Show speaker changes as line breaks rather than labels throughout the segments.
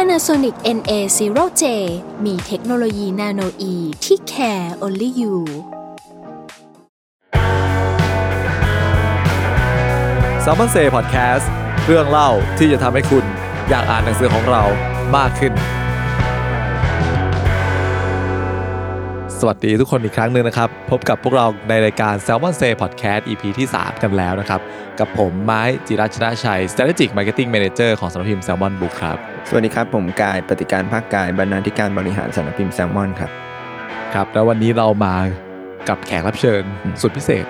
Panasonic NA0J มีเทคโนโลยีนาโนอีที่ care only you
ซัมมอนเซ่พอดแคสต์เรื่องเล่าที่จะทำให้คุณอยากอ่านหนังสือของเรามากขึ้น สวัสดีทุกคนอีกครั้งหนึ่งนะครับ พบกับพวกเราในรายการ s ซ l m o n Say Podcast EP ที่ 3 กันแล้วนะครับ กับผมไม้จิรัชนาชัย Strategic Marketing Manager ของสำนักพิมพ์ Salmon Book ครับ
สวัสดีครับ ผมกายปฏิการภาคกายบรรณาธิการบริหารสารพิมพ์แซลมอนครับ
ครับแล้ววันนี้เรามากับแขกรับเชิญสุดพิเศษ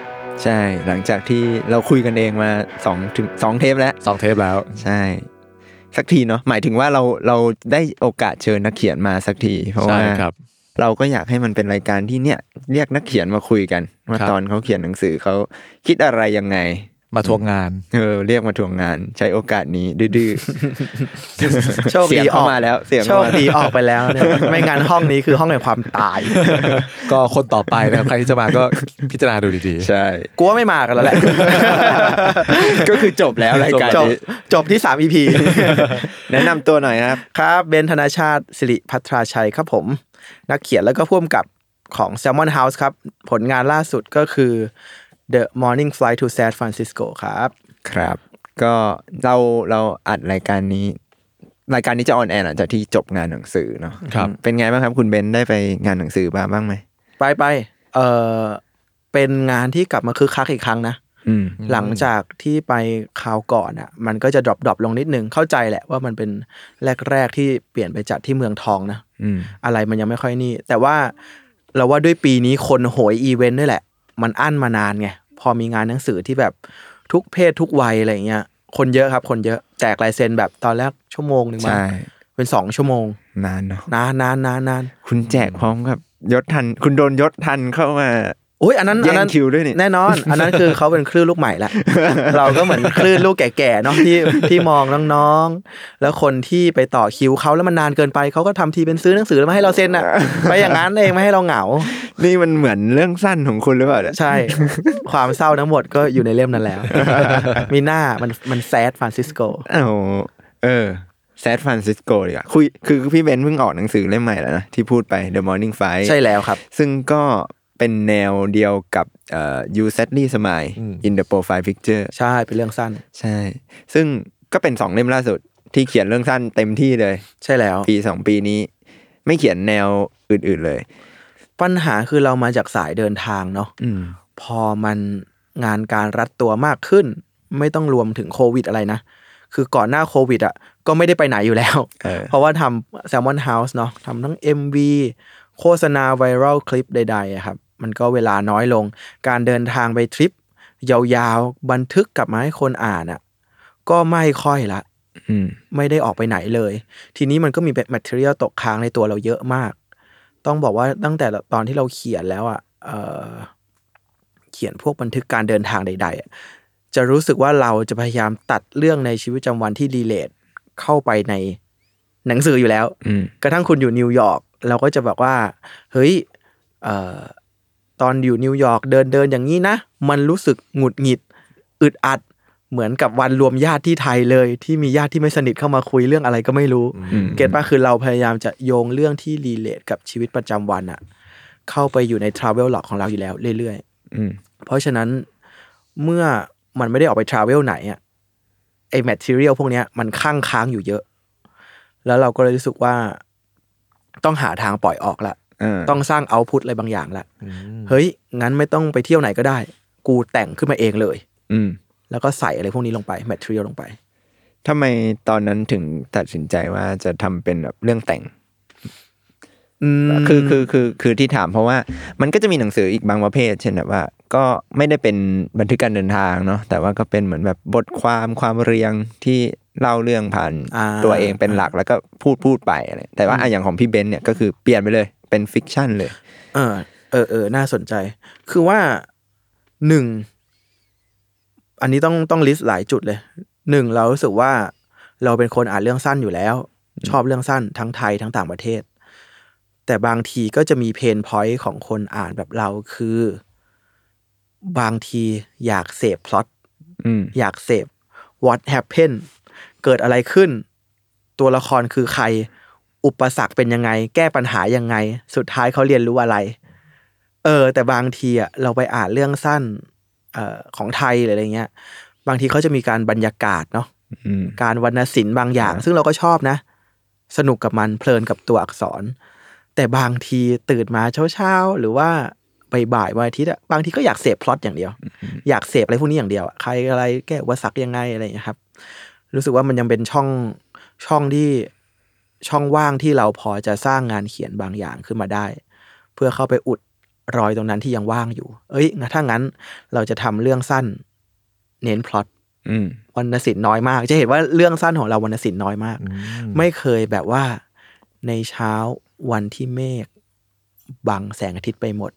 ใช่หลังจากที่เราคุยกันเองมา2ถึงสองเทปแล้ว
สองเทปแล้ว
ใช่ สักทีเนาะหมายถึงว่าเราเราได้โอกาสเชิญนักเขียนมาสักที เพราะ
ใช่
ว่า
ครับ
เราก็อยากให้มันเป็นรายการที่เนี่ยเรียกนักเขียนมาคุยกัน ว่า
ครับ
ตอนเขาเขียนหนังสือเขาคิดอะไรยังไง
มาทวงงาน
เออเรียกมาถ่วงงานใช้โอกาสนี้ดื้อๆ
โชค
เสีย
ดี
ง
อ
เข้า
อก
มาแล้วเสียง
โช
เข้า
ค
มา
ดีออกไปแล้วเนี่ย ไม่งั้นห้องนี้คือห้องแห่งความตาย
ก็คนต่อไปนะครับใครที่จะมาก็พิจารณาดูดีๆ
ใช่
กลัวไม่มากันแล้ว แหละ
ก็คือจบแล้วรายการ
จบ
นี้
จบที่ 3 EP
แนะนำตัวหน่อยนะครับ
ครับเบนธนาชาติสิริพัทราชัยครับผม นักเขียนแล้วก็พ่วมกับของ Salmon House ครับ ผลงานล่าสุดก็คือ The Morning Flight to San Francisco ครับ
ครับ ก็เราเราอัดรายการนี้ รายการนี้จะออนแอร์หลังจากที่จบงานหนังสือเนาะ
ครับ
เป็นไงบ้างครับ คุณเบนซ์ได้ไปงานหนังสือบ้างบ้างไหม
ไปไปเออเป็นงานที่กลับมาคึกคักอีกครั้งนะ
อืม
หลังจากที่ไปคราวก่อนอ่ะ มันก็จะดรอปดรอปลงนิดนึง เข้าใจแหละว่ามันเป็นแรก ๆ ที่เปลี่ยนไปจัดที่เมืองทองนะ
อืม
อะไรมันยังไม่ค่อยนี่ แต่ว่าเราว่าด้วยปีนี้คนโหยอีเวนต์ด้วยแหละ มันอั้นมานานไง พอมีงานหนังสือที่แบบทุกเพศทุกวัยอะไรเงี้ย คนเยอะครับ คนเยอะแจกลายเซ็นแบบตอนแรกชั่วโมงหนึ่งมา
ใช่
เป็นสองชั่วโมง
นานเนาะ
นานนานนานนาน
คุณแจกพร้อมกับยศทัน คุณโดนยศทันเข้ามา
โอ้ยอันนั้นอันนั้น
แย่งคิวด้วยนี่
แน่นอน อันนั้นคือเขาเป็นคลื่นลูกใหม่ละ เราก็เหมือนคลื่นลูกแก่ๆเนาะที่ที่มองน้องๆ แล้วคนที่ไปต่อคิวเขาแล้วมันนานเกินไปเขาก็ทำทีเป็นซื้อหนังสือแล้วมาให้เราเซ็นอ่ะไปอย่างนั้นเองไม่ให้เราเหงา
นี่มันเหมือนเรื่องสั้นของคุณหรือเปล่าเนี่ย
ใช่ ความเศร้าทั้งหมดก็อยู่ในเล่มนั้นแล้ว มีหน้ามันมันแซดฟรานซิสโก
โอ้โหเออแซดฟรานซิสโกดีกว่าคุยคือพี่เบนซ์เพิ่งออกหนังสือเล่มใหม่แล้วนะ ที่พูดไป The Morning Fight
ใช่แล้วครับ
ซึ่งก็เป็นแนวเดียวกับเอ่อ You Sadly Smile in the Profile Picture
ใช่เป็นเรื่องสั้น
ใช่ ซึ่งก็เป็นสองเล่มล่าสุด ที่เขียนเรื่องสั้นเต็มที่เลย
ใช่แล้ว
ปีสองปีนี้ ไม่เขียนแนวอื่น ๆเลย
ปัญหาคือเรามาจากสายเดินทางเนาะ
อืม
พอมันงานการรัดตัวมากขึ้น ไม่ต้องรวมถึงโควิดอะไรนะ คือก่อนหน้าโควิดอ่ะก็ไม่ได้ไปไหนอยู่แล้ว
เออ
เพราะว่าทำแซลมอนเฮาส์เนาะทำทั้ง MV โฆษณาไวรัลคลิปใดๆอะครับมันก็เวลาน้อยลง การเดินทางไปทริป ยาวๆ บันทึกกลับมาให้คนอ่านอ่ะก็ไม่ค่อยละ
อืม
ไม่ได้ออกไปไหนเลย ทีนี้มันก็มีแมทเทียลตกค้างในตัวเราเยอะมาก ต้องบอกว่าตั้งแต่ตอนที่เราเขียนแล้วอ่ะเอ่อเขียนพวกบันทึกการเดินทางใดๆอะจะรู้สึกว่าเราจะพยายามตัดเรื่องในชีวิตประจำวันที่รีเลทเข้าไปในหนังสืออยู่แล้ว
อืม
กระทั่งคุณอยู่นิวยอร์กเราก็จะบอกว่า เฮ้ยเอ่อตอนอยู่นิวยอร์กเดินเดินอย่างนี้นะ มันรู้สึกหงุดหงิด อึดอัด เหมือนกับวันรวมญาติที่ไทยเลย ที่มีญาติที่ไม่สนิทเข้ามาคุยเรื่องอะไรก็ไม่รู้
อืม
เก็ตป่ะคือเราพยายามจะโยงเรื่องที่รีเลทกับชีวิตประจำวันอะเข้าไปอยู่ในทราเวลหลอกของเราอยู่แล้วเรื่อย
อืม
ๆ เพราะฉะนั้นเมื่อมันไม่ได้ออกไปทราเวลไหนอะไอแมทเทียลพวกเนี้ยมันค้างค้างอยู่เยอะ แล้วเราก็เลยรู้สึกว่าต้องหาทางปล่อยออกละ
เออ
ต้องสร้างเอาพุตอะไรบางอย่างละเฮ้ย งั้นไม่ต้องไปเที่ยวไหนก็ได้ กูแต่งขึ้นมาเองเลย
อืม
แล้วก็ใส่อะไรพวกนี้ลงไปแมทเทียลลงไป
ทำไมตอนนั้นถึงตัดสินใจว่าจะทำเป็นแบบเรื่องแต่ง
อืม
คือคือคือคือที่ถามเพราะว่ามันก็จะมีหนังสืออีกบางประเภท เช่นแบบว่า ก็ไม่ได้เป็นบันทึกการเดินทางเนาะแต่ว่าก็เป็นเหมือนแบบบทความความเรียงที่ เล่าเรื่องผ่าน
อ่า
ตัวเองเป็นหลักแล้วก็พูดพูดไปอะไรแต่ว่าอ่ะอย่างของพี่เบนซ์เนี่ยก็คือเปลี่ยนไปเลยเป็นฟิกชันเลย
เออเออเออน่าสนใจ คือว่าหนึ่ง อันนี้ต้องต้องลิสต์หลายจุดเลยหนึ่งเรารู้สึกว่าเราเป็นคนอ่านเรื่องสั้นอยู่แล้ว ชอบเรื่องสั้นทั้งไทยทั้งต่างประเทศ แต่บางทีก็จะมีเพนพอยต์ของคนอ่านแบบเราคือ บางทีอยากเสพพล็อต
อืม
อยากเสพ what happened เกิดอะไรขึ้น ตัวละครคือใคร อุปสรรคเป็นยังไง แก้ปัญหายังไง สุดท้ายเขาเรียนรู้อะไร เออ แต่บางทีอ่ะเราไปอ่านเรื่องสั้นเอ่อของไทยหรืออะไรเงี้ย บางทีเขาจะมีการบรรยากาศเนาะ
อืม
การวรรณศิลป์บางอย่าง ซึ่งเราก็ชอบนะ สนุกกับมันเพลินกับตัวอักษร แต่บางทีตื่นมาเช้าๆ หรือว่าบ่ายๆวันอาทิตย์อะบางทีก็อยากเสพพล็อตอย่างเดียว อยากเสพอะไรพวกนี้อย่างเดียวอะใครอะไรแก้อุปสรรคยังไงอะไรอย่างเงี้ยครับ รู้สึกว่ามันยังเป็นช่องช่องที่ช่องว่างที่เราพอจะสร้างงานเขียนบางอย่างขึ้นมาได้ เพื่อเข้าไปอุดรอยตรงนั้นที่ยังว่างอยู่ เอ้ยงั้นถ้างั้นเราจะทำเรื่องสั้น เน้นพล็อต
อืม
วรรณศิลป์น้อยมาก จะเห็นว่าเรื่องสั้นของเราวรรณศิลป์น้อยมาก ไม่เคยแบบว่าในเช้าวันที่เมฆบังแสงอาทิตย์ไปหมด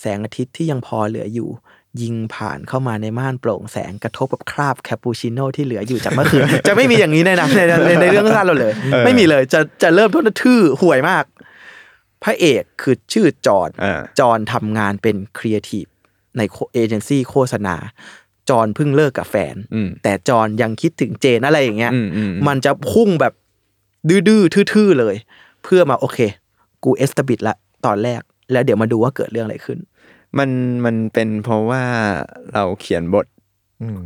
แสงอาทิตย์ที่ยังพอเหลืออยู่ ยิงผ่านเข้ามาในม่านโปร่งแสงกระทบกับคราบแคปปูชิโน่ที่เหลืออยู่จากเมื่อคืน จะไม่มีอย่างนี้ในหนังในในในเรื่องสั้นเราเลย ไม่มีเลยจะจะเริ่มต้นทื่อห่วยมาก พระเอกคือชื่อจอร์ด
อ่า
จอร์ดทำงานเป็นครีเอทีฟในเอเจนซี่โฆษณา จอร์นเพิ่งเลิกกับแฟน
อืม
แต่จอนยังคิดถึงเจนอะไรอย่างเงี้ย
อืมอืม
มันจะพุ่งแบบดื้อๆทื่อๆเลย เพื่อมาโอเค กูเอสตบิดละตอนแรก แล้วเดี๋ยวมาดูว่าเกิดเรื่องอะไรขึ้น
มันมันเป็นเพราะว่าเราเขียนบท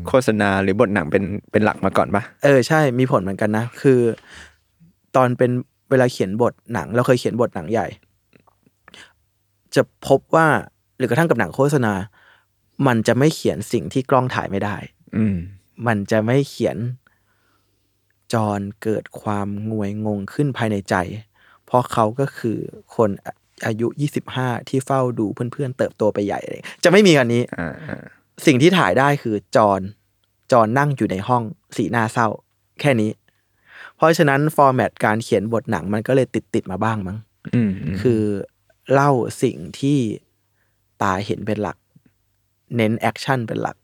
โฆษณาหรือบทหนังเป็นเป็นหลักมาก่อนปะ
เออใช่มีผลเหมือนกันนะ คือ ตอนเป็นเวลาเขียนบทหนัง เราเคยเขียนบทหนังใหญ่ จะพบว่าหรือกระทั่งกับหนังโฆษณา มันจะไม่เขียนสิ่งที่กล้องถ่ายไม่ได้
อืม
มันจะไม่เขียนจอห์นเกิดความงวยงงขึ้นภายในใจ เพราะเขาก็คือคนอะอายุ 25 ที่เฝ้าดูเพื่อนๆเติบโตไปใหญ่เลยจะไม่มีอันนี้
อ่าอ่า
สิ่งที่ถ่ายได้คือจอห์นจอห์นนั่งอยู่ในห้องสีหน้าเศร้า แค่นี้ เพราะฉะนั้นฟอร์แมตการเขียนบทหนังมันก็เลยติดติดๆมาบ้างมั้ง
อืมม
คือเล่าสิ่งที่ตาเห็นเป็นหลัก เน้นแอคชั่นเป็นหลัก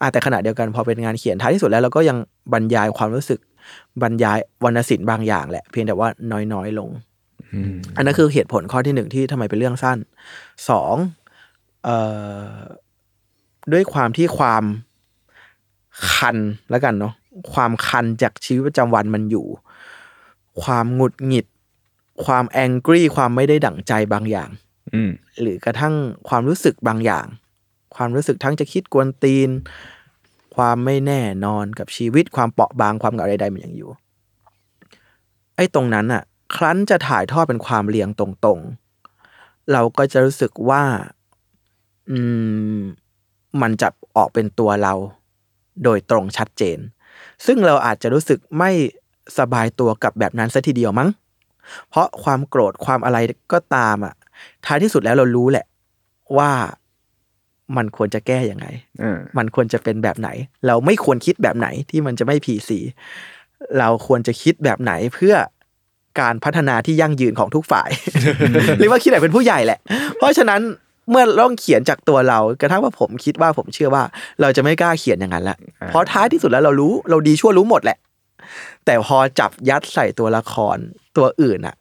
อ่ะแต่ขณะเดียวกันพอเป็นงานเขียนท้ายที่สุดแล้วเราก็ยังบรรยายความรู้สึกบรรยายวรรณศิลป์บางอย่างแหละ เพียงแต่ว่าน้อยๆลง
ม
อันนั้นคือเหตุผลข้อที่หนึ่งที่ทำไมเป็นเรื่องสั้นสองเอ่อด้วยความที่ความคันแล้วกันเนาะความคันจากชีวิตประจำวันมันอยู่ ความหงุดหงิด ความแองกี้ความไม่ได้ดั่งใจบางอย่าง
อืม
หรือกระทั่งความรู้สึกบางอย่าง ความรู้สึกทั้งจะคิดกวนตีน ความไม่แน่นอนกับชีวิตความเปราะบางความเหงาใดๆมันยังอยู่ ไอ้ตรงนั้นอะครั้นจะถ่ายทอดเป็นความเรียงตรงๆ เราก็จะรู้สึกว่า อืม มันจะออกเป็นตัวเรา โดยตรงชัดเจน ซึ่งเราอาจจะรู้สึกไม่สบายตัวกับแบบนั้นซะทีเดียวมั้ง เพราะความโกรธความอะไรก็ตามอ่ะ ท้ายที่สุดแล้วเรารู้แหละ ว่ามันควรจะแก้ยังไง
อ่า
มันควรจะเป็นแบบไหน เราไม่ควรคิดแบบไหนที่มันจะไม่ผีสี เราควรจะคิดแบบไหนเพื่อการพัฒนาที่ยั่งยืนของทุกฝ่าย หรือว่าคิดแบบเป็นผู้ใหญ่แหละ เพราะฉะนั้นเมื่อลองเขียนจากตัวเรา กระทั่งว่าผมคิดว่าผมเชื่อว่า เราจะไม่กล้าเขียนอย่างนั้นละ
อ่า
เพราะท้ายที่สุดแล้วเรารู้เราดีชั่วรู้หมดแหละ แต่พอจับยัดใส่ตัวละครตัวอื่นอะ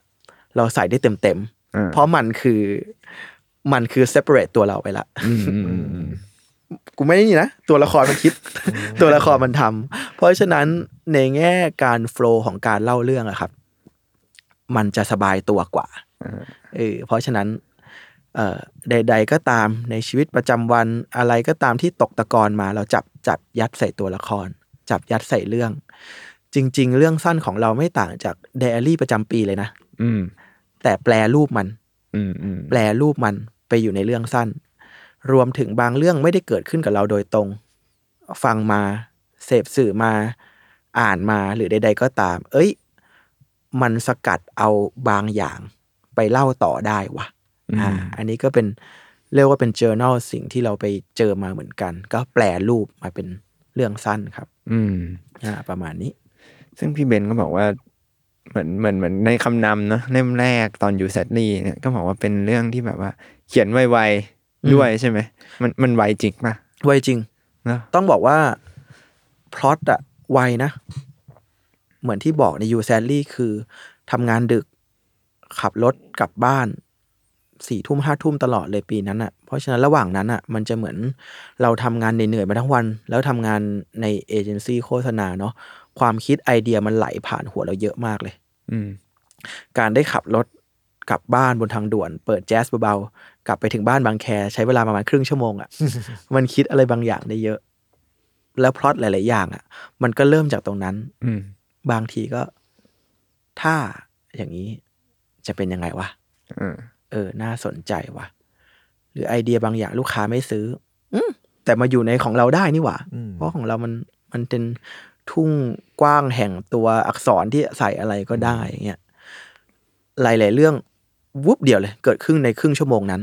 เราใส่ได้เต็มเต็มๆ
อ่า
เพราะมันคือมันคือ separate ตัวเราไปละ
อืมอืมอืมอืม
กูไม่ได้นี่นะ ตัวละครมันคิด ตัวละครมันทำเพราะฉะนั้นในแง่การโฟล์ของการเล่าเรื่องอะครับ มันจะสบายตัวกว่าเออเพราะฉะนั้น เอ่อใด ๆ ก็ตามในชีวิตประจำวันอะไรก็ตามที่ตกตะกอนมาเราจับจับยัดใส่ตัวละคร จับยัดใส่เรื่อง จริง ๆ เรื่องสั้นของเราไม่ต่างจากไดอารี่ประจำปีเลยนะ
อืม
แต่แปลรูปมัน
อืมอืม
แปลรูปมันไปอยู่ในเรื่องสั้น รวมถึงบางเรื่องไม่ได้เกิดขึ้นกับเราโดยตรง ฟังมา เสพสื่อมา อ่านมาหรือใด ๆ ก็ตาม เอ้ย มันสกัดเอาบางอย่างไปเล่าต่อได้วะอ่า อันนี้ก็เป็นเรียกว่าเป็น journal สิ่งที่เราไปเจอมาเหมือนกัน ก็แปลรูปมาเป็นเรื่องสั้นครับ
อืม
อ่าประมาณนี้
ซึ่งพี่เบนก็บอกว่า เหมือนเหมือนเหมือนในคำนำเนอะเล่มแรกตอนอยู่แซดลี่เนี่ยก็บอกว่าเป็นเรื่องที่แบบว่า เขียนไว
อืม
ๆด้วยใช่ไหมมันมันไวจริงป่ะ
ไวจริง
เนอะ
ต้องบอกว่าพล็อตอะไวนะ เหมือนที่บอกในยูแซลลี่คือทำงานดึก ขับรถกลับบ้านสี่ทุ่มห้าทุ่มตลอดเลยปีนั้นอะเพราะฉะนั้นระหว่างนั้นอะมันจะเหมือนเราทำงานเหนื่อยๆมาทั้งวัน แล้วทำงานในเอเจนซี่โฆษณาเนาะความคิดไอเดียมันไหลผ่านหัวเราเยอะมากเลย
อืม
การได้ขับรถกลับบ้านบนทางด่วน เปิดแจ๊สเบาๆ กลับไปถึงบ้านบางแค ใช้เวลาประมาณครึ่งชั่วโมง อะ่ะ มันคิดอะไรบางอย่างได้เยอะ แล้วพล็อตหลาย ๆ อย่างอะ่ะ มันก็เริ่มจากตรงนั้น
อืม
บางทีก็ ถ้าอย่างนี้จะเป็นยังไงวะ
อ่า
เออ น่าสนใจวะหรือไอเดียบางอย่างลูกค้าไม่ซื้อ อืมแต่มาอยู่ในของเราได้นี่หว่า
อืม
เพราะของเรามันมันเป็นทุ่งกว้างแห่งตัวอักษรที่ใส่อะไรก็ได้อย่างเงี้ย หลาย ๆ เรื่องวุบเดียวเลย เกิดขึ้นในครึ่งชั่วโมงนั้น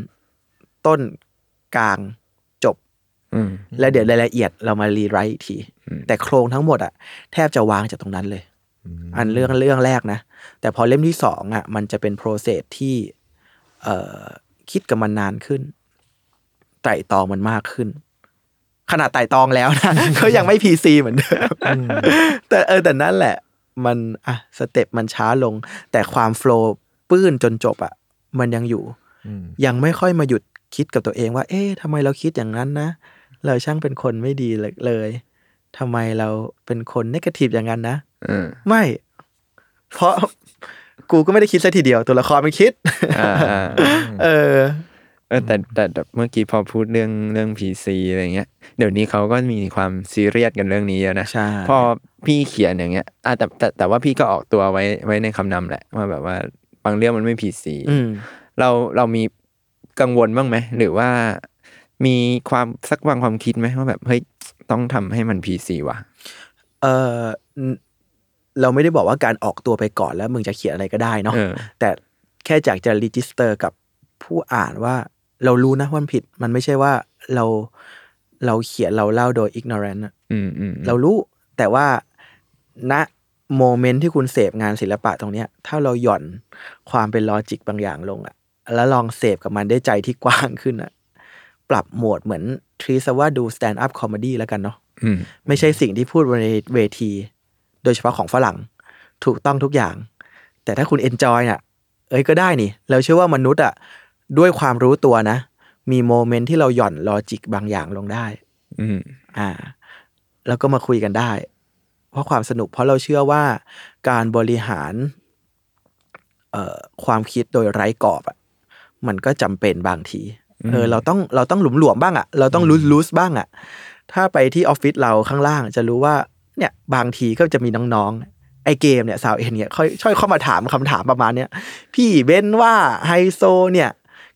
ต้นกลางจบ
อืม
แล้วเดี๋ยวรายละเอียดเรามารีไรท์อีกที
อืม
แต่โครงทั้งหมดอะแทบจะวางจากตรงนั้นเลย อันเรื่องเรื่องแรกนะ แต่พอเล่มที่สองอะมันจะเป็นโปรเซสที่เอ่อคิดกับมันนานขึ้น ไตร่ตรองมันมากขึ้น ขนาดไตร่ตรองแล้วนะ ก็ยังไม่พีซีเหมือนเดิมแต่เออแต่นั่นแหละ มันอะสเต็ปมันช้าลง แต่ความโฟล์ปื้นจนจบอะมันยังอยู่
อืม
ยังไม่ค่อยมาหยุดคิดกับตัวเองว่า เอ๊ะทำไมเราคิดอย่างนั้นนะ เราช่างเป็นคนไม่ดีเลยเลยทำไมเราเป็นคนนกาทีฟอย่างนั้นนะ
อ่า
ไม่ เพราะ กูก็ไม่ได้คิดซะทีเดียว ตัวละครมันคิด
อ่าอ่า
เออ
เออแต่แต่แต่เมื่อกี้พอพูดเรื่องเรื่องพีซีอะไรเงี้ยเดี๋ยวนี้เขาก็มีความซีเรียสกันเรื่องนี้เยอะนะ
ใช่
พอพี่เขียนอย่างเงี้ยอ่ะแต่แต่แต่ว่าพี่ก็ออกตัวไว้ไว้ในคำนำแหละว่าแบบว่าบางเรื่องมันไม่พีซี
อืม
เราเรามีกังวลบ้างไหมหรือว่ามีความสักวางความคิดไหมว่าแบบเฮ้ยต้องทำให้มันพีซีว่ะ
เออเราไม่ได้บอกว่าการออกตัวไปก่อนแล้วมึงจะเขียนอะไรก็ได้เนาะ
เออ
แต่แค่อยากจะรีจิสเตอร์กับผู้อ่านว่า เรารู้นะว่ามันผิด มันไม่ใช่ว่าเราเราเขียนเราเล่าโดย ignorant อะ
อืมอืมอืม
เรารู้แต่ว่าณโมเมนต์ที่คุณเสพงานศิลปะตรงเนี้ย ถ้าเราหย่อนความเป็นลอจิกบางอย่างลงอะแล้วลองเสพกับมันได้วยใจที่กว้างขึ้นอะปรับโหมดเหมือนทรีซะว่าดูสแตนด์อัพคอมเมดี้แล้วกันเนาะ
อืม
ไม่ใช่สิ่งที่พูดบนเวที โดยเฉพาะของฝรั่ง ถูกต้องทุกอย่าง แต่ถ้าคุณเอนจอยน่ะ เอ้ยก็ได้นี่ เราเชื่อว่ามนุษย์อ่ะ ด้วยความรู้ตัวนะ มีโมเมนต์ที่เราหย่อนลอจิกบางอย่างลงได้
อืม
อ่า แล้วก็มาคุยกันได้ เพราะความสนุกเพราะเราเชื่อว่าการบริหารเอ่อความคิดโดยไร้กรอบอะมันก็จำเป็นบางทีเออเราต้องเราต้องหลุมหลวมๆบ้างอะเราต้องลูสลูสบ้างอะถ้าไปที่ออฟฟิศเราข้างล่างจะรู้ว่า เนี่ยบางทีก็จะมีน้องๆ ไอเกมเนี่ยสาวเอ็นเนี่ยค่อยช่อยเข้ามาถามคำถามประมาณเนี้ยพี่เบนว่าไฮโซเนี่ย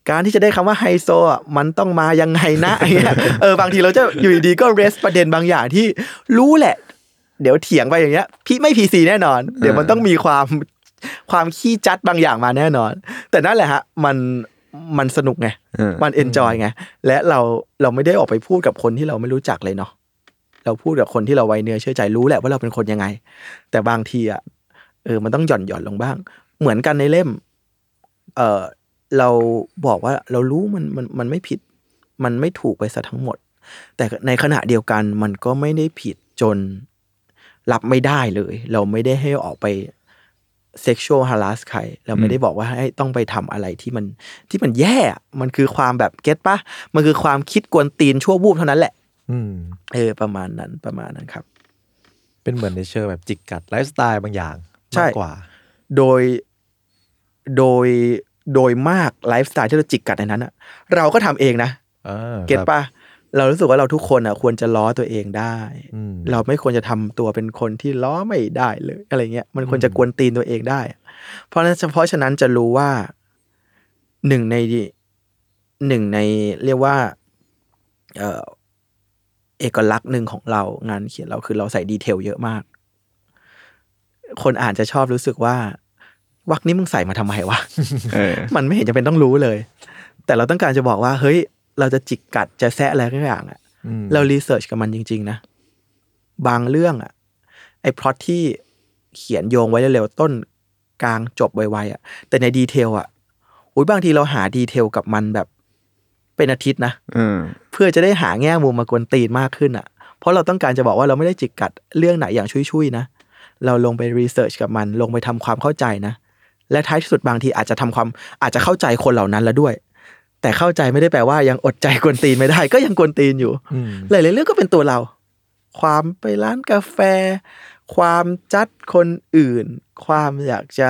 การที่จะได้คำว่าไฮโซอ่ะมันต้องมายังไงนะ ไอ้เงี้ยเออบางทีเราจะอยู่ดีๆก็เรสประเด็นบางอย่างที่รู้แหละ เดี๋ยวเถียงไปอย่างเงี้ย พี่ไม่พีซีแน่นอน เดี๋ยวมันต้องมีความความขี้จัดบางอย่างมาแน่นอน แต่นั่นแหละฮะ มันมันสนุกไง
เออ
มันเอนจอยไง และเราเราไม่ได้ออกไปพูดกับคนที่เราไม่รู้จักเลยเนาะเราพูดกับคนที่เราไว้เนื้อเชื่อใจรู้แหละว่าเราเป็นคนยังไง แต่บางทีอ่ะเออมันต้องหย่อนหย่อนลงบ้าง เหมือนกันในเล่ม เออเราบอกว่าเรารู้มันมันมันไม่ผิด มันไม่ถูกไปซะทั้งหมด แต่ในขณะเดียวกันมันก็ไม่ได้ผิดจนรับไม่ได้เลย เราไม่ได้ให้ออกไป sexual harass ใคร เราไม่ได้บอกว่าให้ต้องไปทำอะไรที่มันที่มันแย่อะมันคือความแบบเก็ตปะมันคือความคิดกวนตีนชั่ววูบเท่านั้นแหละ
อืม
เออประมาณนั้นประมาณนั้นครับ
เป็นเหมือนในเชิงแบบจิกกัดไลฟ์สไตล์บางอย่าง
ใช่
มากกว่า
โดยโดยโดยมากไลฟ์สไตล์ที่เราจิกกัดในนั้นอะเราก็ทำเองนะ
เออ
เก็ต
ครับ
ปะเรารู้สึกว่าเราทุกคนอ่ะควรจะล้อตัวเองได้
อืม
เราไม่ควรจะทำตัวเป็นคนที่ล้อไม่ได้เลยอะไรเงี้ยมันควรจะกวนตีนตัวเองได้ เพราะฉะนั้นเพราะฉะนั้นจะรู้ว่าหนึ่งในหนึ่งในเรียกว่าเอ่อเอกลักษณ์หนึ่งของเรางานเขียนเราคือเราใส่ดีเทลเยอะมาก คนอ่านจะชอบรู้สึกว่า วักนี้มึงใส่มาทำไมวะ
เออ
มันไม่เห็นจะเป็นต้องรู้เลย แต่เราต้องการจะบอกว่า เฮ้ย เราจะจิกกัดจะแซะอะไรทุกอย่างอะ
อืม
เรารีเสิร์ชกับมันจริง ๆ นะ บางเรื่องอะไอ้พล็อตที่ เขียนโยงไว้เร็วๆต้นกลางจบไวๆอ่ะ แต่ในดีเทลอ่ะอุ้ยบางทีเราหาดีเทลกับมันแบบเป็นอาทิตย์นะ
อืม
เพื่อจะได้หาแง่มุมมากวนตีนมากขึ้นอ่ะ เพราะเราต้องการจะบอกว่าเราไม่ได้จิกกัดเรื่องไหนอย่างชุยๆนะ เราลงไปรีเสิร์ชกับมัน ลงไปทำความเข้าใจนะ และท้ายที่สุดบางทีอาจจะทำความอาจจะเข้าใจคนเหล่านั้นแล้วด้วย แต่เข้าใจไม่ได้แปลว่ายังอดใจกวนตีนไม่ได้ ก็ยังกวนตีนอยู่
อืม
หลายๆเรื่องก็เป็นตัวเรา ความไปร้านกาแฟ ความจัดคนอื่น ความอยากจะ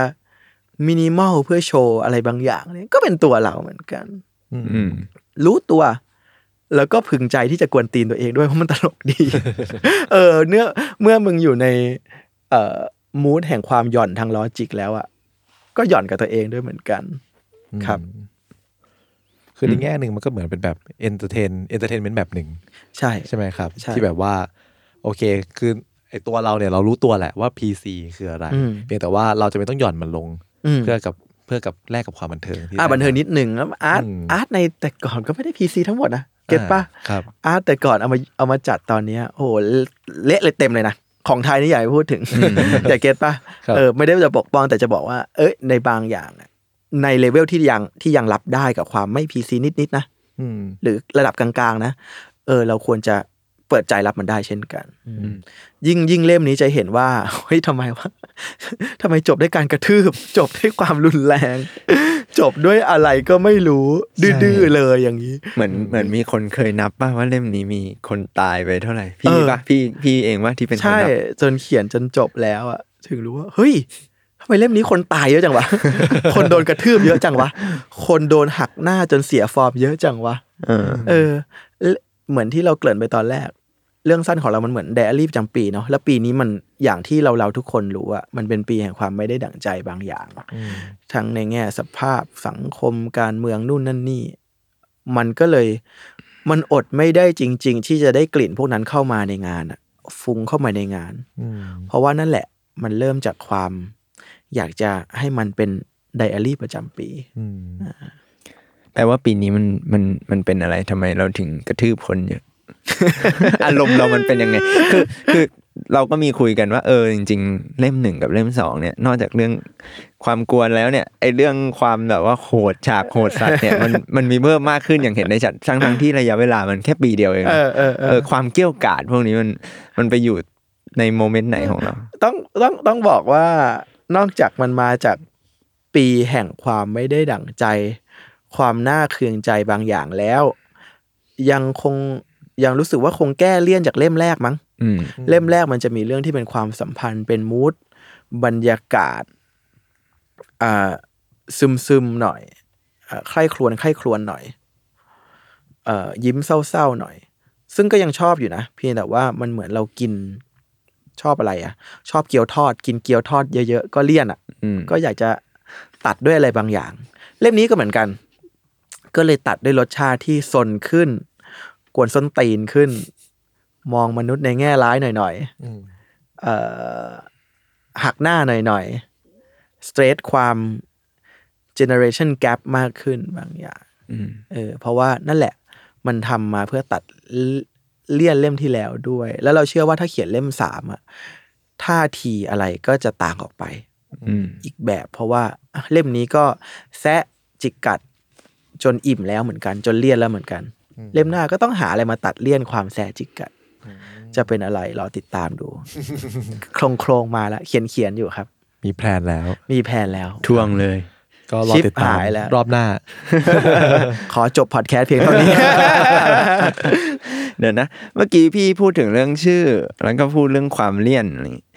มินิมอลเพื่อโชว์อะไรบางอย่างเนี่ยก็เป็นตัวเราเหมือนกัน
อืม
รู้ตัว แล้วก็พึงใจที่จะกวนตีนตัวเองด้วยเพราะมันตลกดี เออเนื้อเมื่อมึงอยู่ในเอ่อมูดแห่งความหย่อนทางลอจิกแล้วอ่ะก็หย่อนกับตัวเองด้วยเหมือนกัน ครับ
อืมคือในแง่หนึ่งมันก็เหมือนเป็นแบบเอนเตอร์เทนเอนเตอร์เทนเมนต์แบบหนึ่ง
ใช่
ใช่ไหมครับ
ใช่
ที่แบบว่า โอเค คือไอตัวเราเนี่ยเรารู้ตัวแหละว่า PC คืออะไร
อืม
เพียงแต่ว่าเราจะไม่ต้องหย่อนมันลง
อืม
เพื่อกับเพื่อกับแลกกับความบันเทิงที่
อ่า
ได้
บันเทิงนิดหนึ่งแล้วอาร์ต
ม
อาร์ตในแต่ก่อนก็ไม่ได้พีซีทั้งหมดนะเก็ตปะ
อ่าครับ
อาร์ตแต่ก่อนเอามาเอามาจัดตอนเนี้ยโอ้โหเละเลยเต็มเลยนะ ของไทยนี่อย่าไปพูดถึง อย่าเก็ตปะ
ครับ
เออไม่ได้จะปกป้องแต่จะบอกว่า เอ้ยในบางอย่างอะในเลเวลที่ยังที่ยังรับได้กับความไม่พีซีนิดๆนะ
อืม
หรือระดับกลางๆนะ เออ เราควรจะเปิดใจรับมันได้เช่นกัน
ม
ยิ่งยิ่งเล่มนี้จะเห็นว่า เฮ้ยทำไมวะ ทำไมจบด้วยการกระทืบ จบด้วยความรุนแรง จบด้วยอะไรก็ไม่รู้ดื้อๆเลยอย่างนี้
เหมือนเหมือนมีคนเคยนับป่ะว่าเล่มนี้มีคนตายไปเท่าไหร่
เอ
พี่
อ
ป่ะพี่พี่เองว่าที่เป็นคน
ใช่
นับ
จนเขียนจนจบแล้วอะถึงรู้ว่า เฮ้ยทำไมเล่มนี้คนตายเยอะจังวะ คนโดนกระทืบเยอะจังวะ คนโดนหักหน้าจนเสียฟอร์มเยอะจังวะ
เออ
เออเอ่อเหมือนที่เราเกริ่นไปตอนแรก เรื่องสั้นของเรามันเหมือนไดอารี่ประจำปีเนาะแล้วปีนี้มันอย่างที่เราเราๆทุกคนรู้อะมันเป็นปีแห่งความไม่ได้ดั่งใจบางอย่าง
อืม
ทั้งในแง่สภาพสังคมการเมืองนู่นนั่นนี่ มันก็เลยมันอดไม่ได้จริง ๆ ที่จะได้กลิ่นพวกนั้นเข้ามาในงานอะฟุ้งเข้ามาในงาน
อืม
เพราะว่านั่นแหละมันเริ่มจากความ อยากจะให้มันเป็นไดอารี่ประจำปี
อืม
แปลว่าปีนี้มันมันมันเป็นอะไรทำไมเราถึงกระทืบคน เยอะ อารมณ์เรามันเป็นยังไง คือคือเราก็มีคุยกันว่า เออจริง ๆ เล่มหนึ่งกับเล่มสองเนี่ย นอกจากเรื่องความกวนแล้วเนี่ยไอเรื่องความแบบว่าโหดฉากโหดสัตว์เนี่ยมันมันมีเพิ่มมากขึ้นอย่างเห็นได้ชัดทั้งทั้งที่ระยะเวลามันแค่ปีเดียวเอง
เอ
นะ
อเออเออ
เออความเกี้ยวกราดพวกนี้มันมันไปอยู่ในโมเมนต์ไหนของเรา
ต้องต้องต้องบอกว่านอกจากมันมาจากปีแห่งความไม่ได้ดั่งใจ ความน่าเคืองใจบางอย่างแล้ว ยังคงยังรู้สึกว่าคงแก้เลี่ยนจากเล่มแรกมั้ง
อืม
เล่มแรกมันจะมีเรื่องที่เป็นความสัมพันธ์เป็นมูดบรรยากาศอ่าซึมซึมๆหน่อยอาใคร่ครวญใคร่ครวญหน่อยเอ่อยิ้มเศร้าๆหน่อย ซึ่งก็ยังชอบอยู่นะเพียงแต่ว่ามันเหมือนเรากินชอบอะไรอะ่ะ ชอบเกี๊ยวทอด กินเกี๊ยวทอดเยอะๆก็เลี่ยนอ่ะ
อืม
ก็อยากจะตัดด้วยอะไรบางอย่าง เล่มนี้ก็เหมือนกัน ก็เลยตัดด้วยรสชาติที่สนขึ้น กวนส้นตีนขึ้น มองมนุษย์ในแง่ร้ายหน่อยๆ
อืม
เอ่อหักหน้าหน่อยๆ สเตรทความ generation gap มากขึ้นบางอย่าง
อืม
เออเพราะว่านั่นแหละมันทำมาเพื่อตัดเลี่ยนเล่มที่แล้วด้วย แล้วเราเชื่อว่าถ้าเขียนเล่มสามอะท่าทีอะไรก็จะต่างออกไป
อืม
อีกแบบเพราะว่าอ่ะเล่มนี้ก็แซะจิกกัดจนอิ่มแล้วเหมือนกันจนเลี่ยนแล้วเหมือนกัน เล่มหน้าก็ต้องหาอะไรมาตัดเลี่ยนความแซะจิกกัด จะเป็นอะไรรอติดตามดู โครงโครงๆมาแล้วเขียนเขียนๆอยู่ครับ
มีแพลนแล้ว
มีแผนแล้ว
ทวงเลย
ก็รอ
ชิป
ติดตาม
หายแล้ว
รอบหน้า
ขอจบพอดแคสต์เพียงเท่านี้
เดี๋ยวนะ เมื่อกี้พี่พูดถึงเรื่องชื่อ แล้วก็พูดเรื่องความเลี่ยนอะไรอย่างงี้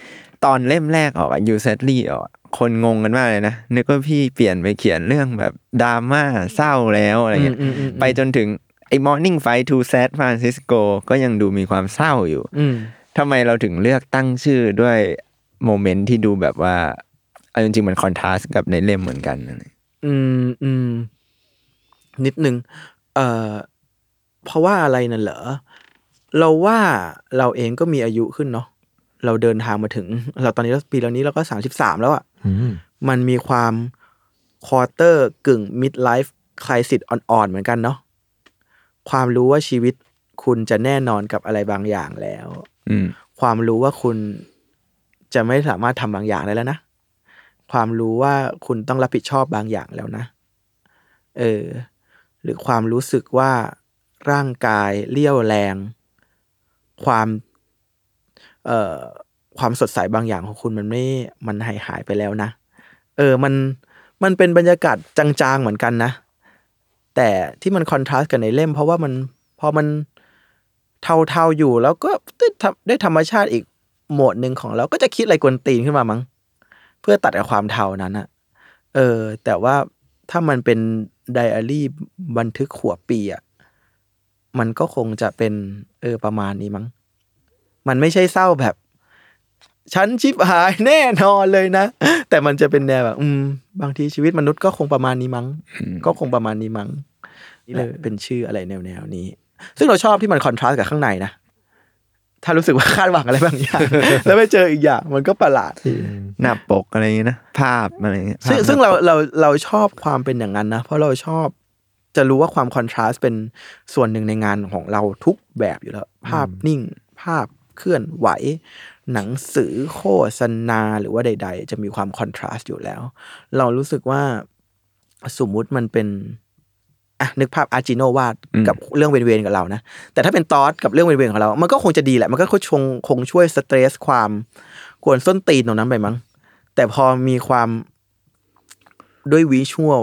ตอนเล่มแรกออกยูเซตลี่ออกอะคนงงกันมากเลยนะนึกว่าพี่เปลี่ยนไปเขียนเรื่องแบบดราม่าเศร้าแล้ว อะไรเงี้ย
อืมอืมอืม
ไปจนถึงไอ้ Morning Fight to San Francisco ก็ยังดูมีความเศร้าอยู่
อืม
ทำไมเราถึงเลือกตั้งชื่อด้วยโมเมนต์ที่ดูแบบว่าเอาจริงๆมันคอนทราสกับในเล่มเหมือนกันนะเนี่ย
อืมอืมนิดนึงเอ่อเพราะว่าอะไรนั่นเหรอ เราว่าเราเองก็มีอายุขึ้นเนาะเราเดินทางมาถึง เราตอนนี้เราปีแล้วนี้เราก็สามสิบสามแล้วอะ
อืม
มันมีความควอเตอร์กึ่ง mid life crisis อ่อนๆ เหมือนกันเนาะความรู้ว่าชีวิตคุณจะแน่นอนกับอะไรบางอย่างแล้ว
อืม
ความรู้ว่าคุณ จะไม่สามารถทำบางอย่างได้แล้วนะ ความรู้ว่าคุณต้องรับผิดชอบบางอย่างแล้วนะ เออ หรือความรู้สึกว่าร่างกายเลี้ยวแรง ความ เอ่อ ความสดใสบางอย่างของคุณมันไม่ มันหายหายไปแล้วนะ เออ มัน มันเป็นบรรยากาศจางๆเหมือนกันนะ แต่ที่มันคอนทราสต์กันในเล่ม เพราะว่ามัน พอมันเทาๆอยู่แล้วก็ได้ทำได้ธรรมชาติอีกโหมดหนึ่งของเราก็จะคิดอะไรกวนตีนขึ้นมามั้ง เพื่อตัดกับความเทานั้นอะเออ แต่ว่าถ้ามันเป็นไดอารี่บันทึกขัวบปีอะมันก็คงจะเป็น เออประมาณนี้มั้ง มันไม่ใช่เศร้าแบบ ฉันชิบหายแน่นอนเลยนะ แต่มันจะเป็นแนวแบบ อืม บางทีชีวิตมนุษย์ก็คงประมาณนี้มั้ง ก็คงประมาณนี้มั้งนี่แหละเป็นชื่ออะไรแนวแนวๆนี้ ซึ่งเราชอบที่มันคอนทราสต์กับข้างในนะ ถ้ารู้สึกว่าคาดหวังอะไรบางอย่าง แล้วไปเจออีกอย่างมันก็ประหลาดดี
หน้าปกอะไรอย่างเงี้ยนะ ภาพอะไรอย่าเงี้ย
ซึ่ง
ภพ
ซึ่งเราเราเราชอบความเป็นอย่างนั้นนะ เพราะเราชอบจะรู้ว่าความคอนทราสต์เป็นส่วนหนึ่งในงานของเราทุกแบบอยู่แล้ว ภาพนิ่ง ภาพเคลื่อนไหว หนังสือโฆษณาหรือว่าใด ๆ จะมีความคอนทราสต์อยู่แล้ว เรารู้สึกว่าสมมุติมันเป็นอ่ะนึกภาพอาจิโนวาดกับเรื่องเวนๆกับเรานะ แต่ถ้าเป็นตอสกับเรื่องเวนๆของเรา มันก็คงจะดีแหละ มันก็คงชงคงช่วยสเตรสความกวนส้นตีนตรงนั้นไปมั้ง แต่พอมีความด้วยวิชวล